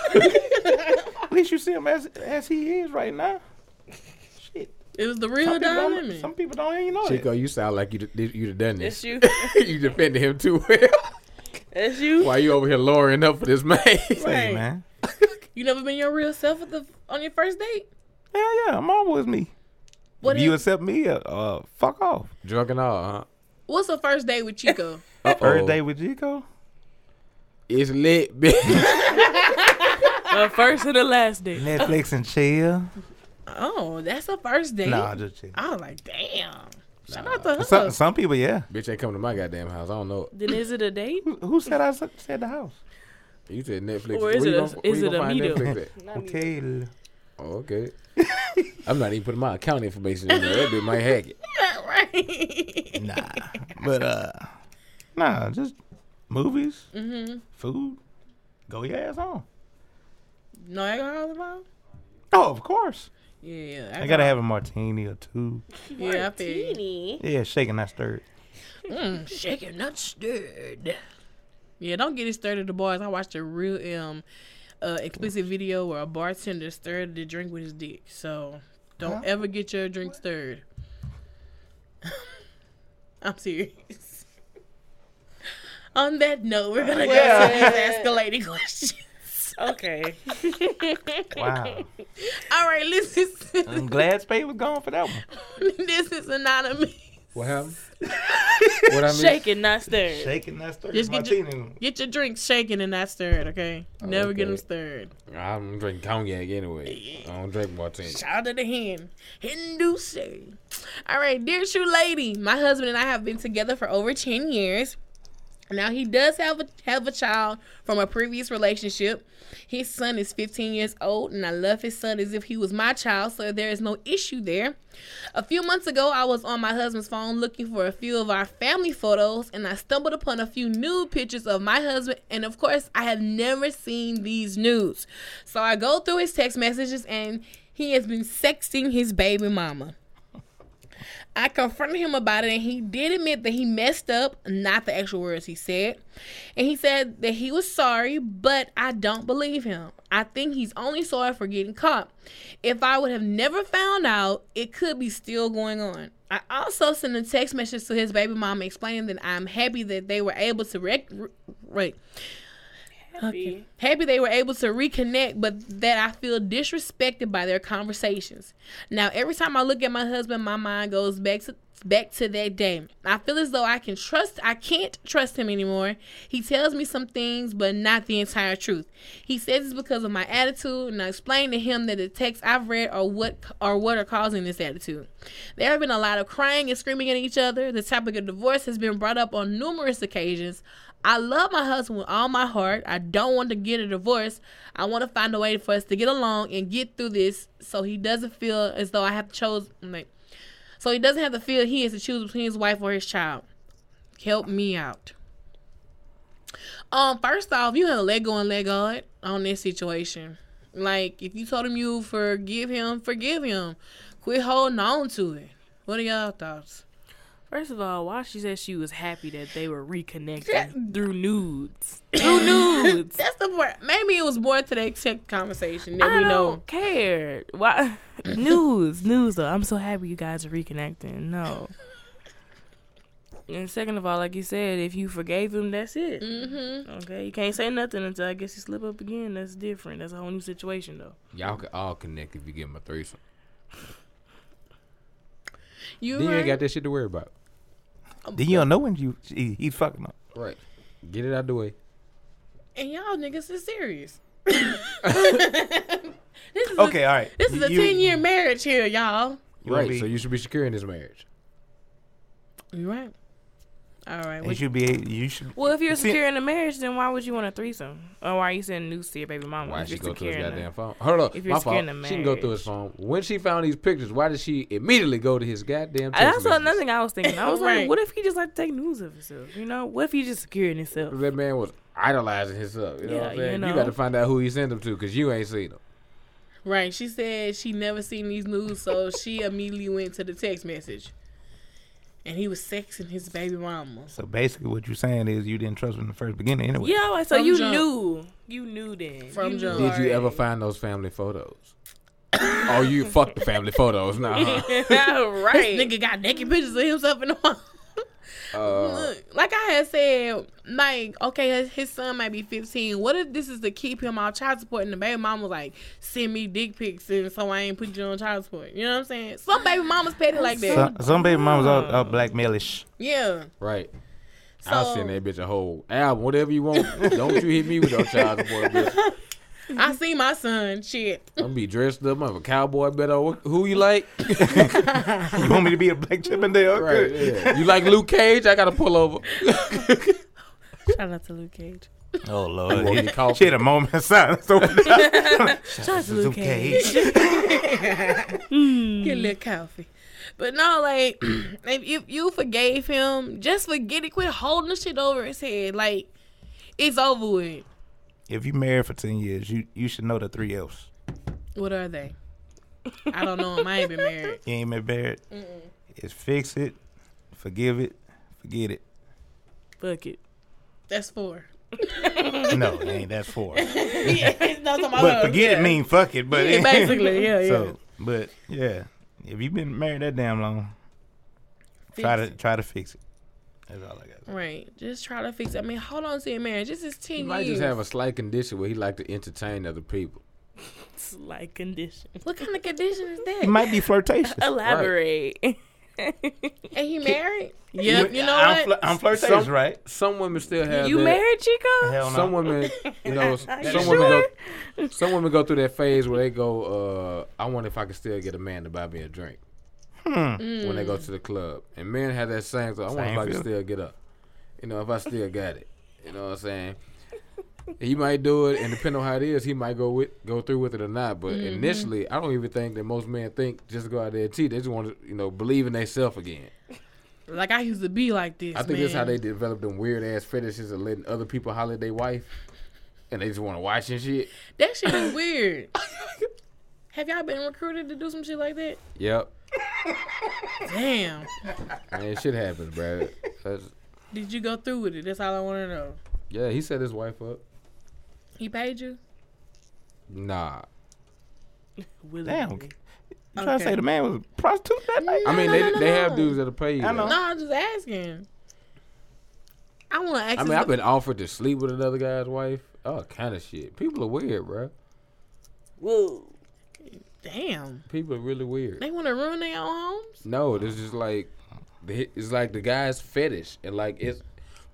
S8: At least you see him as as he is right now.
S1: It was the real
S8: Some
S1: Don
S8: people don't-
S1: Lemon.
S8: Some people don't even know
S3: Chico,
S8: that.
S3: you sound like you you done
S2: It's
S3: this.
S2: you.
S3: you defended him too well.
S2: It's you.
S3: Why you over here lowering up for this man?
S8: Hey, man.
S1: You never been your real self at the on your first date.
S8: Hell yeah, I'm always me.
S1: What
S8: if you
S1: is,
S8: accept me, uh, uh, fuck off.
S3: Drunk and all,
S1: what's the first date with Chico?
S3: huh?
S8: First
S3: Uh-oh.
S8: day with Chico?
S3: It's lit, bitch.
S2: The first and the last day.
S8: Netflix and chill.
S1: oh, that's the first date.
S8: Nah, just chill.
S1: I was like, damn. Shout out to her.
S8: Some, some people, yeah.
S3: bitch ain't coming to my goddamn house. I don't know.
S2: Then is it a date?
S8: Who, who said I s- said the house?
S3: You said Netflix.
S2: Or
S3: Where
S2: is it
S3: you
S2: a-
S3: gonna- where
S2: is
S3: you
S2: it a
S3: gonna find
S2: meetup?
S3: Netflix
S8: Hotel.
S3: at? Oh, okay. I'm not even putting my account information in there. That bitch might hack it.
S1: right.
S8: Nah, but uh, nah, just movies, food. Go your ass on.
S1: No alcohol involved.
S8: Oh, of course.
S1: Yeah, yeah.
S8: I gotta have a martini or two.
S1: Yeah, I feel you.
S8: Yeah, shaking that stirred.
S1: Mm, shaken, not stirred. Yeah, don't get it stirred at the bars. I watched a real um uh, explicit video where a bartender stirred the drink with his dick. So don't ever get your drink stirred. I'm serious. On that note, we're gonna go to these escalating questions.
S2: Okay.
S8: Wow.
S1: All right, listen.
S9: Uh-huh.
S8: I'm glad Spade was gone for that one.
S1: this is anonymous.
S3: What happened? what I mean?
S2: Shake it, not stirred.
S8: Shaking that stirred
S1: Just get your-
S8: martini.
S1: Get your drinks shaken and not stirred, okay? Never get 'em get them
S3: Okay.
S1: stirred.
S3: I'm drinking cognac anyway. I don't drink martini.
S1: Shout out to him. Hindu say. All right, dear shoe lady, my husband and I have been together for over 10 years. Now he does have a have a child from a previous relationship. His son is 15 years old, and I love his son as if he was my child, so there is no issue there. A few months ago, I was on my husband's phone looking for a few of our family photos, and I stumbled upon a few nude pictures of my husband. And of course, I have never seen these nudes. So I go through his text messages, and he has been sexting his baby mama. I confronted him about it, and he did admit that he messed up, not the actual words he said. And he said that he was sorry, but I don't believe him. I think he's only sorry for getting caught. If I would have never found out, it could be still going on. I also sent a text message to his baby mama explaining that I'm happy that they were able to rec- re- wait,
S2: Happy.
S1: happy they were able to reconnect, but that I feel disrespected by their conversations. Now, every time I look at my husband, my mind goes back to back to that day. I feel as though I can trust I can't trust him anymore. He tells me some things but not the entire truth. He says it's because of my attitude and I explain to him that the texts I've read are what are what are causing this attitude. There have been a lot of crying and screaming at each other. The topic of divorce has been brought up on numerous occasions. I love my husband with all my heart. I don't want to get a divorce. I want to find a way for us to get along and get through this so he doesn't feel as though I have chose like so he doesn't have to feel he has to choose between his wife or his child. Help me out. Um, first off, you have to let go and let God on this situation. Like, if you told him you forgive him, forgive him. Quit holding on to it. What are y'all thoughts?
S2: First of all, why she said she was happy that they were reconnecting through nudes. Through nudes.
S1: That's the part. Maybe it was more to the except conversation that
S2: I
S1: we
S2: don't
S1: know.
S2: care. Why? news, news. Though I'm so happy you guys are reconnecting. No. And second of all, like you said, if you forgave him, that's it. Mm-hmm. Okay, you can't say nothing until I guess you slip up again. That's different. That's a whole new situation, though.
S3: Y'all can all connect if you give him a threesome.
S1: You,
S3: Then you
S1: heard?
S3: ain't got that shit to worry about.
S8: Then you don't know when you he, he fucking up.
S3: Right. Get it out the way.
S1: and y'all niggas is serious. this is
S8: Okay,
S1: a,
S8: all right.
S1: this is a
S8: You-
S1: ten year marriage here, y'all.
S8: You wanna
S3: right.
S8: be-
S3: So you should be securing this marriage.
S1: You right? All right.
S8: You
S1: What,
S8: should be. You should.
S2: Well, if you're
S8: See-
S2: securing a marriage, then why would you want a threesome? Or why are you sending news to your baby mama?
S3: Why
S2: if
S3: she
S2: you're
S3: go through his
S2: securing a-
S3: goddamn phone? Hold up,
S2: if you're
S3: my fault.
S2: scared of
S3: She can go through his phone. When she found these pictures, why did she immediately go to his goddamn?
S2: And
S3: text
S2: That's another
S3: messages?
S2: thing I was thinking. I was
S1: Right.
S2: like, what if he just like to take news of himself? You know, what if he just securing himself?
S3: That man was idolizing himself. You know
S2: Yeah,
S3: what I'm
S2: you
S3: saying? You,
S2: know.
S3: got to find out who he sent them to because you ain't seen them.
S1: right. She said she never seen these news, so she immediately went to the text message. And he was sexing his baby mama.
S8: So basically, what you're saying is you didn't trust him in the first beginning anyway.
S2: Yeah, like, so
S1: From
S2: you
S1: jump.
S2: knew, you knew then.
S1: From
S2: you
S1: jump.
S2: knew
S3: Did you ever
S2: already.
S3: find those family photos? Oh, you fuck the family photos now. Huh?
S1: This
S2: right.
S1: nigga got naked pictures of himself in the wall.
S3: Uh,
S1: Look, like I had said, like okay, his, his son might be fifteen. What if this is to keep him on child support? And the baby mama was like, send me dick pics, and so I ain't put you on child support. You know what I'm saying? Some baby mamas petty like that.
S9: Some, some baby mamas are, are blackmailish.
S1: yeah.
S3: Right.
S1: So
S3: I'll send that bitch a whole album, whatever you want. Don't you hit me with your child support, bitch.
S1: I see my son. Shit.
S3: I'm gonna be dressed up. I'm a cowboy, better. Who you like?
S9: You want me to be a black Chippendale?
S3: Right.
S9: Okay.
S3: Yeah. You like Luke Cage? I gotta pull over.
S1: Shout out to Luke Cage.
S9: Oh
S3: Walk your
S9: lord.
S3: coffin.
S9: She had a moment of silence over there.
S1: Shout out to
S9: Luke
S1: Luke Cage.
S9: Cage.
S1: Get a little coffee. But no, like if you, you forgave him, just forget it. Quit holding the shit over his head. Like it's over with.
S9: If you married for ten years, you you should know the three F's.
S1: What are they? I don't know 'em. I ain't been married.
S9: You ain't been married. It's fix it, forgive it, forget it.
S2: Fuck it.
S1: That's four.
S9: No, it ain't that four.
S1: It's not talking about
S9: But
S1: love.
S9: forget it mean fuck it. But
S1: Yeah, basically, yeah, yeah.
S9: So, but yeah, if you've been married that damn long, try to try to fix it. That's all I got.
S1: right. Just try to fix. It. I mean, hold on to your marriage. This is ten
S3: He might
S1: years.
S3: just have a slight condition where he like to entertain other people.
S2: It's like condition.
S1: what kind of condition is that?
S9: It might be flirtatious.
S2: Elaborate.
S1: and he married? Yep. You know
S9: I'm,
S1: what?
S9: fl- I'm flirtatious,
S3: Some-
S9: right?
S3: Some women still have
S2: You
S3: that.
S2: married Chico?
S9: Hell no.
S3: Some women, you know, some women go, some women go through that phase where they go, uh, "I wonder if I can still get a man to buy me a drink." When they go to the club, and men have that same, so I wonder if
S9: Hmm. Same
S3: I can
S9: feeling.
S3: still get up. You know, if I still got it. You know what I'm saying? He might do it, and depending on how it is, he might go with go through with it or not. But initially, I don't even think that most men think just to go out there and cheat. They just want to, you know, believe in themselves again.
S1: Like I used to be like this.
S3: I think
S1: man.
S3: that's how they develop them weird ass fetishes of letting other people holler at their wife, and they just want to watch and shit.
S1: That shit is weird. Have y'all been recruited to do some shit like that?
S3: Yep.
S1: Damn.
S3: Man, shit happens, bro. That's-
S1: Did you go through with it? That's all I want to know.
S3: yeah, he set his wife up.
S1: He paid you?
S3: Nah.
S9: Damn. You
S2: Willingly.
S9: trying to say the man was a prostitute that night?
S3: I mean, they,
S1: no, no,
S3: they
S1: no.
S3: have dudes that'll pay you.
S9: I know.
S3: though.
S1: No, I'm just asking. I want to ask.
S3: I mean,
S1: this-
S3: I've been offered to sleep with another guy's wife. Oh, kind of shit. People are weird, bro.
S2: Whoa.
S1: Damn.
S3: People are really weird.
S1: They want to ruin their own homes?
S3: No, this is like, the- it's like the guy's fetish, and like it's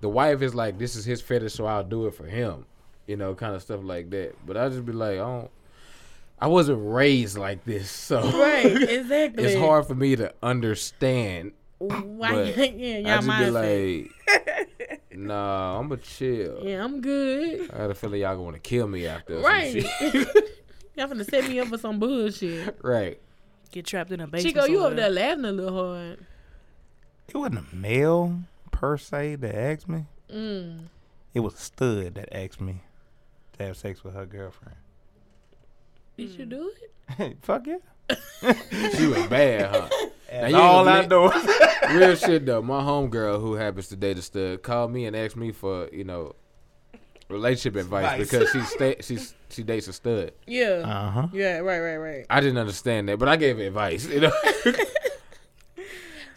S3: the wife is like, this is his fetish, so I'll do it for him, you know, kind of stuff like that. But I just be like, I don't. I wasn't raised like this, so
S1: Right, exactly.
S3: it's hard for me to understand.
S1: Why?
S3: but
S1: yeah,
S3: I
S1: y'all
S3: just
S1: mindset.
S3: be like, nah, I'm going to chill.
S1: yeah, I'm good.
S3: I got a feeling y'all gonna want to kill me after.
S1: Right.
S3: Right.
S1: y'all finna set me up for some bullshit.
S3: right.
S2: Get trapped in a basement.
S1: Chico, you over there
S2: somewhere.
S1: laughing a little hard.
S9: It wasn't a male per se that asked me.
S1: Mm.
S9: It was a stud that asked me to have sex with her girlfriend.
S1: Did
S3: Mm.
S1: you do it?
S9: Fuck yeah.
S3: She was bad, huh?
S9: That's
S3: you ain't
S9: all
S3: gonna
S9: I know.
S3: Real shit though. My homegirl who happens to date a stud called me and asked me for you know relationship advice
S9: Advice.
S3: because she sta- she she dates a stud.
S1: Yeah.
S9: uh huh.
S1: yeah, right, right, right.
S3: I didn't understand that, but I gave her advice. You know.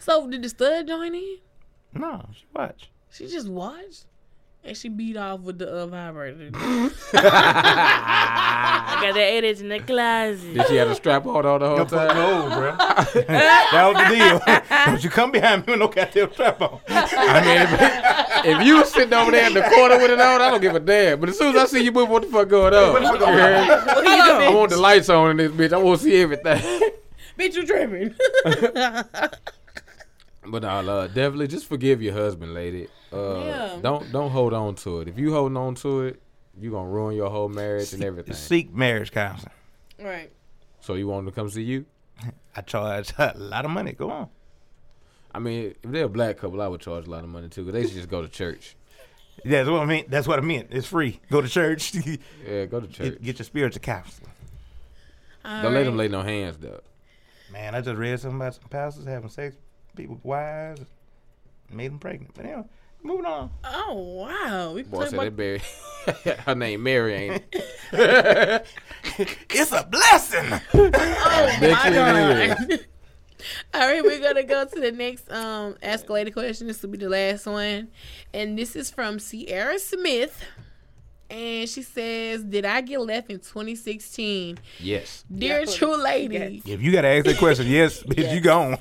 S1: So, did the stud join in?
S9: No, she watch.
S1: She just watched and she beat off with the uh, vibrator.
S2: I got that eight inch in the closet.
S3: Did she have a strap on all the whole
S9: Fuck
S3: time?
S9: no, bro. that was the deal. Don't you come behind me with no goddamn strap on.
S3: I mean, if, if you was sitting over there in the corner with it on, I don't give a damn. But as soon as I see you move, what the fuck going on? You heard? I want the lights on in this bitch. I want to see everything.
S1: Bitch, you tripping.
S3: But nah, uh, definitely just forgive your husband, lady. Uh,
S1: Yeah.
S3: Don't don't hold on to it. If you holding on to it, you gonna ruin your whole marriage and everything.
S9: Seek marriage counseling.
S1: right.
S3: So you want them to come see you?
S9: I charge a lot of money. Go on.
S3: I mean, if they're a black couple, I would charge a lot of money too. Cause they should just go to church.
S9: That's what I mean. That's what I meant. It's free. Go to church. get,
S3: Yeah, go to church.
S9: get your spiritual counseling.
S1: All
S3: Don't let them
S1: right.
S3: lay no hands though.
S9: Man, I just read something about some pastors having sex with people's wives, made them pregnant. But anyway, moving on.
S1: Oh, wow. We can
S3: Boy,
S1: talk
S3: said they
S1: about,
S3: buried. Her name Mary ain't it?
S9: It's a blessing.
S3: Bitch, it is.
S1: All right, we're gonna go to the next um ask a lady question. This will be the last one, and this is from Sierra Smith, and she says, "Did I get left in 2016,
S3: Yes.
S1: dear true lady?"
S9: if you gotta ask that question, yes, bitch, you gone.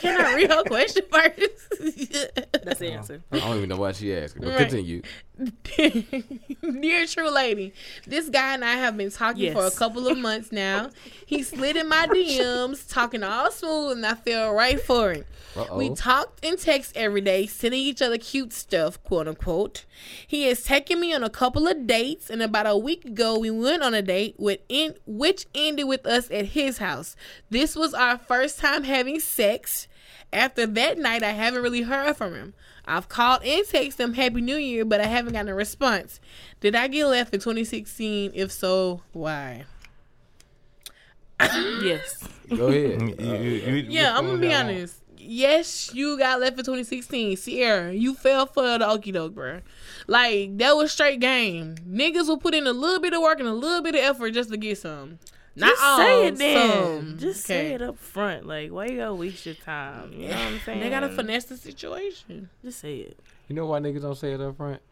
S1: Can I read her question first?
S10: That's the answer.
S3: I don't even know why she asked. But
S1: Right.
S3: continue.
S1: Dear true lady, this guy and I have been talking for a
S10: Yes.
S1: couple of months now. He slid in my DMs, talking all smooth, and I fell right for it.
S3: Uh-oh.
S1: We talked and text every day, sending each other cute stuff, quote unquote. He has taken me on a couple of dates, and about a week ago, we went on a date with in, which ended with us at his house. This was our first time having sex. After that night, I haven't really heard from him. I've called and texted him Happy New Year, but I haven't gotten a response. Did I get left in 2016? If so, why?
S2: Yes.
S3: Go ahead.
S9: You- you- you-
S1: Yeah,
S9: which
S1: I'm
S9: one
S1: gonna be
S9: y'all want?
S1: honest. Yes, you got left in 2016. Sierra, you fell for the okie doke, bro. Like, that was straight game. Niggas will put in a little bit of work and a little bit of effort just to get some. Not
S10: Just
S1: all,
S10: say it then.
S1: some.
S10: Just
S1: Okay.
S10: say it up front. Like, why you gotta waste your time? You know what I'm saying?
S1: They gotta finesse the situation.
S10: Just say it.
S3: You know why niggas don't say it up front?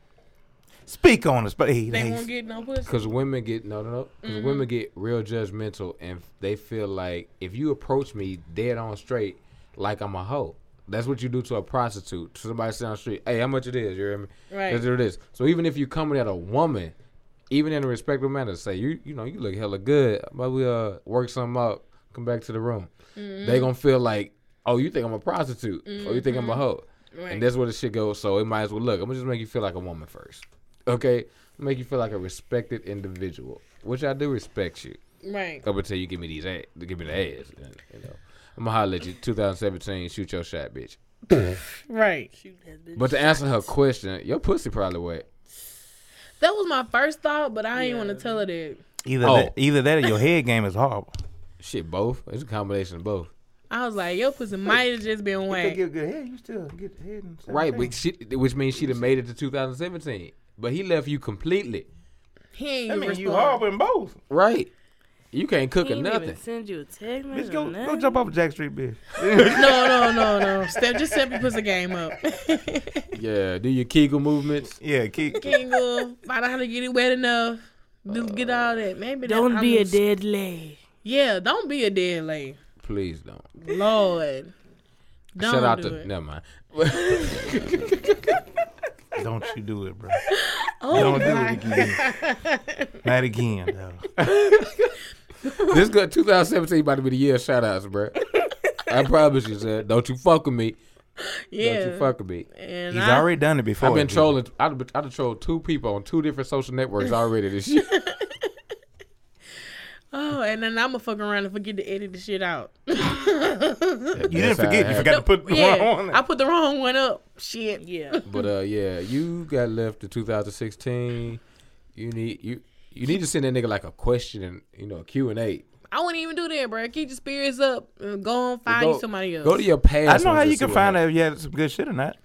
S9: Speak on us, but hey,
S1: They
S9: hey,
S1: won't get no pussy.
S3: Because women get no, no, no. 'Cause
S1: Mm-hmm.
S3: women get real judgmental, and f- they feel like if you approach me dead on straight, like I'm a hoe. That's what you do to a prostitute. To somebody sitting on the street, hey, how much it is? You hear me?
S1: Right.
S3: That's what it is. So even if you coming at a woman, even in a respectful manner, say you, you know, you look hella good, but we uh work something out. Come back to the room.
S1: Mm-hmm.
S3: They gonna feel like, oh, you think I'm a prostitute, or you think I'm a hoe.
S1: Mm-hmm. Right.
S3: And that's where the shit goes. So it might as well look. I'm gonna just make you feel like a woman first. Okay? Make you feel like a respected individual. Which I do respect you.
S1: Right.
S3: Up until you give me these ass give me the ass. You know. I'm gonna holler at you 2017, shoot your shot, bitch.
S1: Right.
S3: But to answer her question, your pussy probably wet.
S1: That was my first thought, but I ain't want to tell her that.
S9: either
S3: Oh.
S9: that, either that or your head game is horrible.
S3: Shit, both. It's a combination of both.
S1: I was like, your pussy might have just been whack.
S9: get good head, you still get head. And
S3: Right, but she, which means she'd have made it to 2017. But he left you completely.
S1: He ain't
S9: I
S1: even
S9: mean, you
S1: respond.
S9: horrible in both.
S3: Right. You can't cook
S10: He
S3: or
S10: ain't
S3: nothing.
S10: even send you a text
S9: Bitch,
S10: message.
S9: go
S10: Go,
S9: go jump off Jack Street, bitch.
S1: No, no, no, no. Step, just step your pussy game up.
S3: Yeah, do your Kegel movements.
S9: Yeah, keep.
S1: Kingle, find out how to get it wet enough. Do, get all that. Maybe that-
S10: Don't be a
S1: I'm-
S10: dead leg.
S1: Yeah, don't be a dead lady.
S3: Please don't.
S1: Lord. Don't
S3: Shout out
S1: do
S3: to
S1: it.
S3: never mind.
S9: Don't you do it, bro. Don't do it again. Not again, though.
S3: this good 2017 about to be the year of shout outs, bro. I promise you, sir. Don't you fuck with me. Don't
S1: Yeah.
S3: you fuck with me.
S1: and
S9: He's
S1: I,
S9: already done it before.
S3: I've been
S9: dude.
S3: trolling. I've been, I've trolled two people on two different social networks already this year.
S1: oh, and then I'm gonna fuck around and forget to edit the shit out.
S9: You didn't forget. You forgot to put the
S1: yeah,
S9: one on it.
S1: I put the wrong one up. Shit.
S10: Yeah.
S3: But uh, yeah, you got left in 2016. You need you you need to send that nigga like a question and you know Q and A.
S1: I wouldn't even do that, bro. Keep your spirits up and go and find
S3: Go,
S1: you somebody else.
S3: go to your past.
S9: I know
S3: and
S9: how
S3: just
S9: you
S3: see
S9: can
S3: what
S9: find
S3: happens.
S9: out if you had some good shit or not.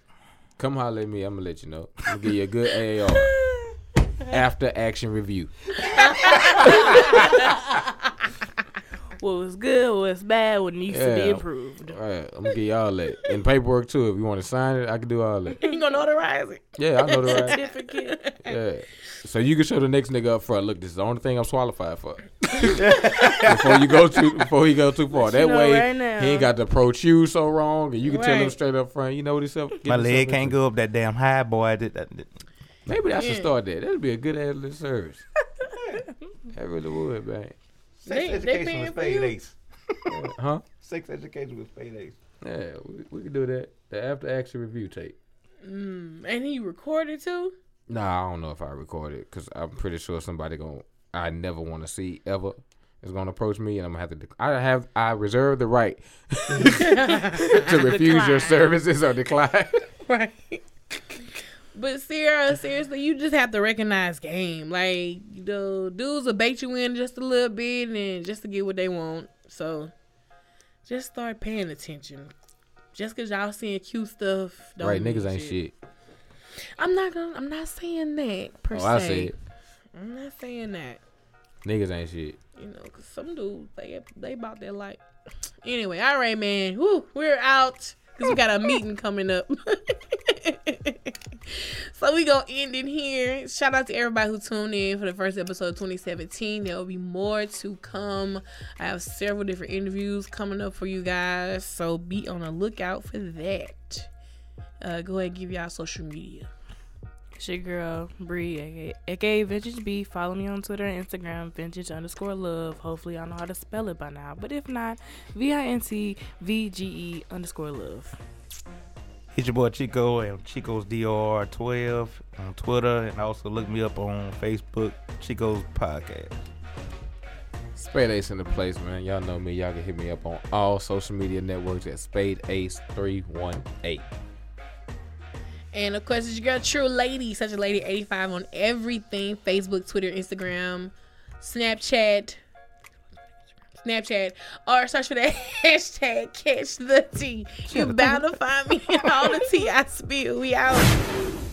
S3: Come holler at me. I'm gonna let you know. I'm gonna give you a good AAR after action review.
S10: What was good, what was bad, what needs to
S3: Yeah.
S10: be improved.
S3: All right, I'm gonna give you all that and paperwork too. If you want to sign it, I can do all that.
S1: you gonna notarize it.
S3: Yeah, I know the right.
S10: Certificate.
S3: Yeah. So you can show the next nigga up front. Look, this is the only thing I'm qualified for. before you go too, before he go too far. That
S10: know
S3: way,
S10: right now.
S3: he ain't got to approach you so wrong, and you can tell him
S1: Right.
S3: straight up front. You know what he's up. get
S9: My
S3: yourself
S9: leg can't
S3: into.
S9: go up that damn high, boy. I did, I did.
S3: Maybe I should
S1: Yeah.
S3: start that. That'd be a good ad lib service. that really would, man.
S1: They- they paying for you?
S9: ace.
S3: Huh?
S9: Sex education was paid ace.
S3: Yeah, we, we could do that. The after action review tape.
S1: And he recorded too.
S3: Nah, I don't know if I record it because I'm pretty sure somebody going I never want to see ever is gonna approach me and I'm gonna have to. dec- I have I reserve the right to refuse your services or decline.
S1: Right. But Sierra, seriously, you just have to recognize game. Like the dudes will bait you in just a little bit and just to get what they want. So just start paying attention. Just cause y'all seeing cute stuff. Don't
S3: right,
S1: mean
S3: niggas ain't shit.
S1: I'm not gonna. I'm not saying that per
S3: Oh,
S1: se.
S3: I see it.
S1: I'm not saying that.
S3: Niggas ain't shit.
S1: You know, cause some dudes they they about their life. Anyway, all right, man. Woo, we're out because we got a meeting coming up. so we gonna end it here. Shout out to everybody who tuned in for the first episode of 2017. There will be more to come. I have several different interviews coming up for you guys, so be on the lookout for that. Uh, go ahead and give y'all social media.
S2: It's your girl, Bree, aka, aka Vintage B. Follow me on Twitter and Instagram, vintage underscore love. Hopefully, I know how to spell it by now. But if not, V I N T V G E underscore love.
S9: Hit your boy Chico and Chico's DR12 on Twitter, and also look me up on Facebook, Chico's Podcast.
S3: Spade Ace in the place, man. Y'all know me. Y'all can hit me up on all social media networks at Spade Ace 318.
S1: And of course, it's your girl, True Lady, such a lady 85 on everything Facebook, Twitter, Instagram, Snapchat. Snapchat or search for the hashtag catch the tea. You're bound to find me in all the tea I spill. We out.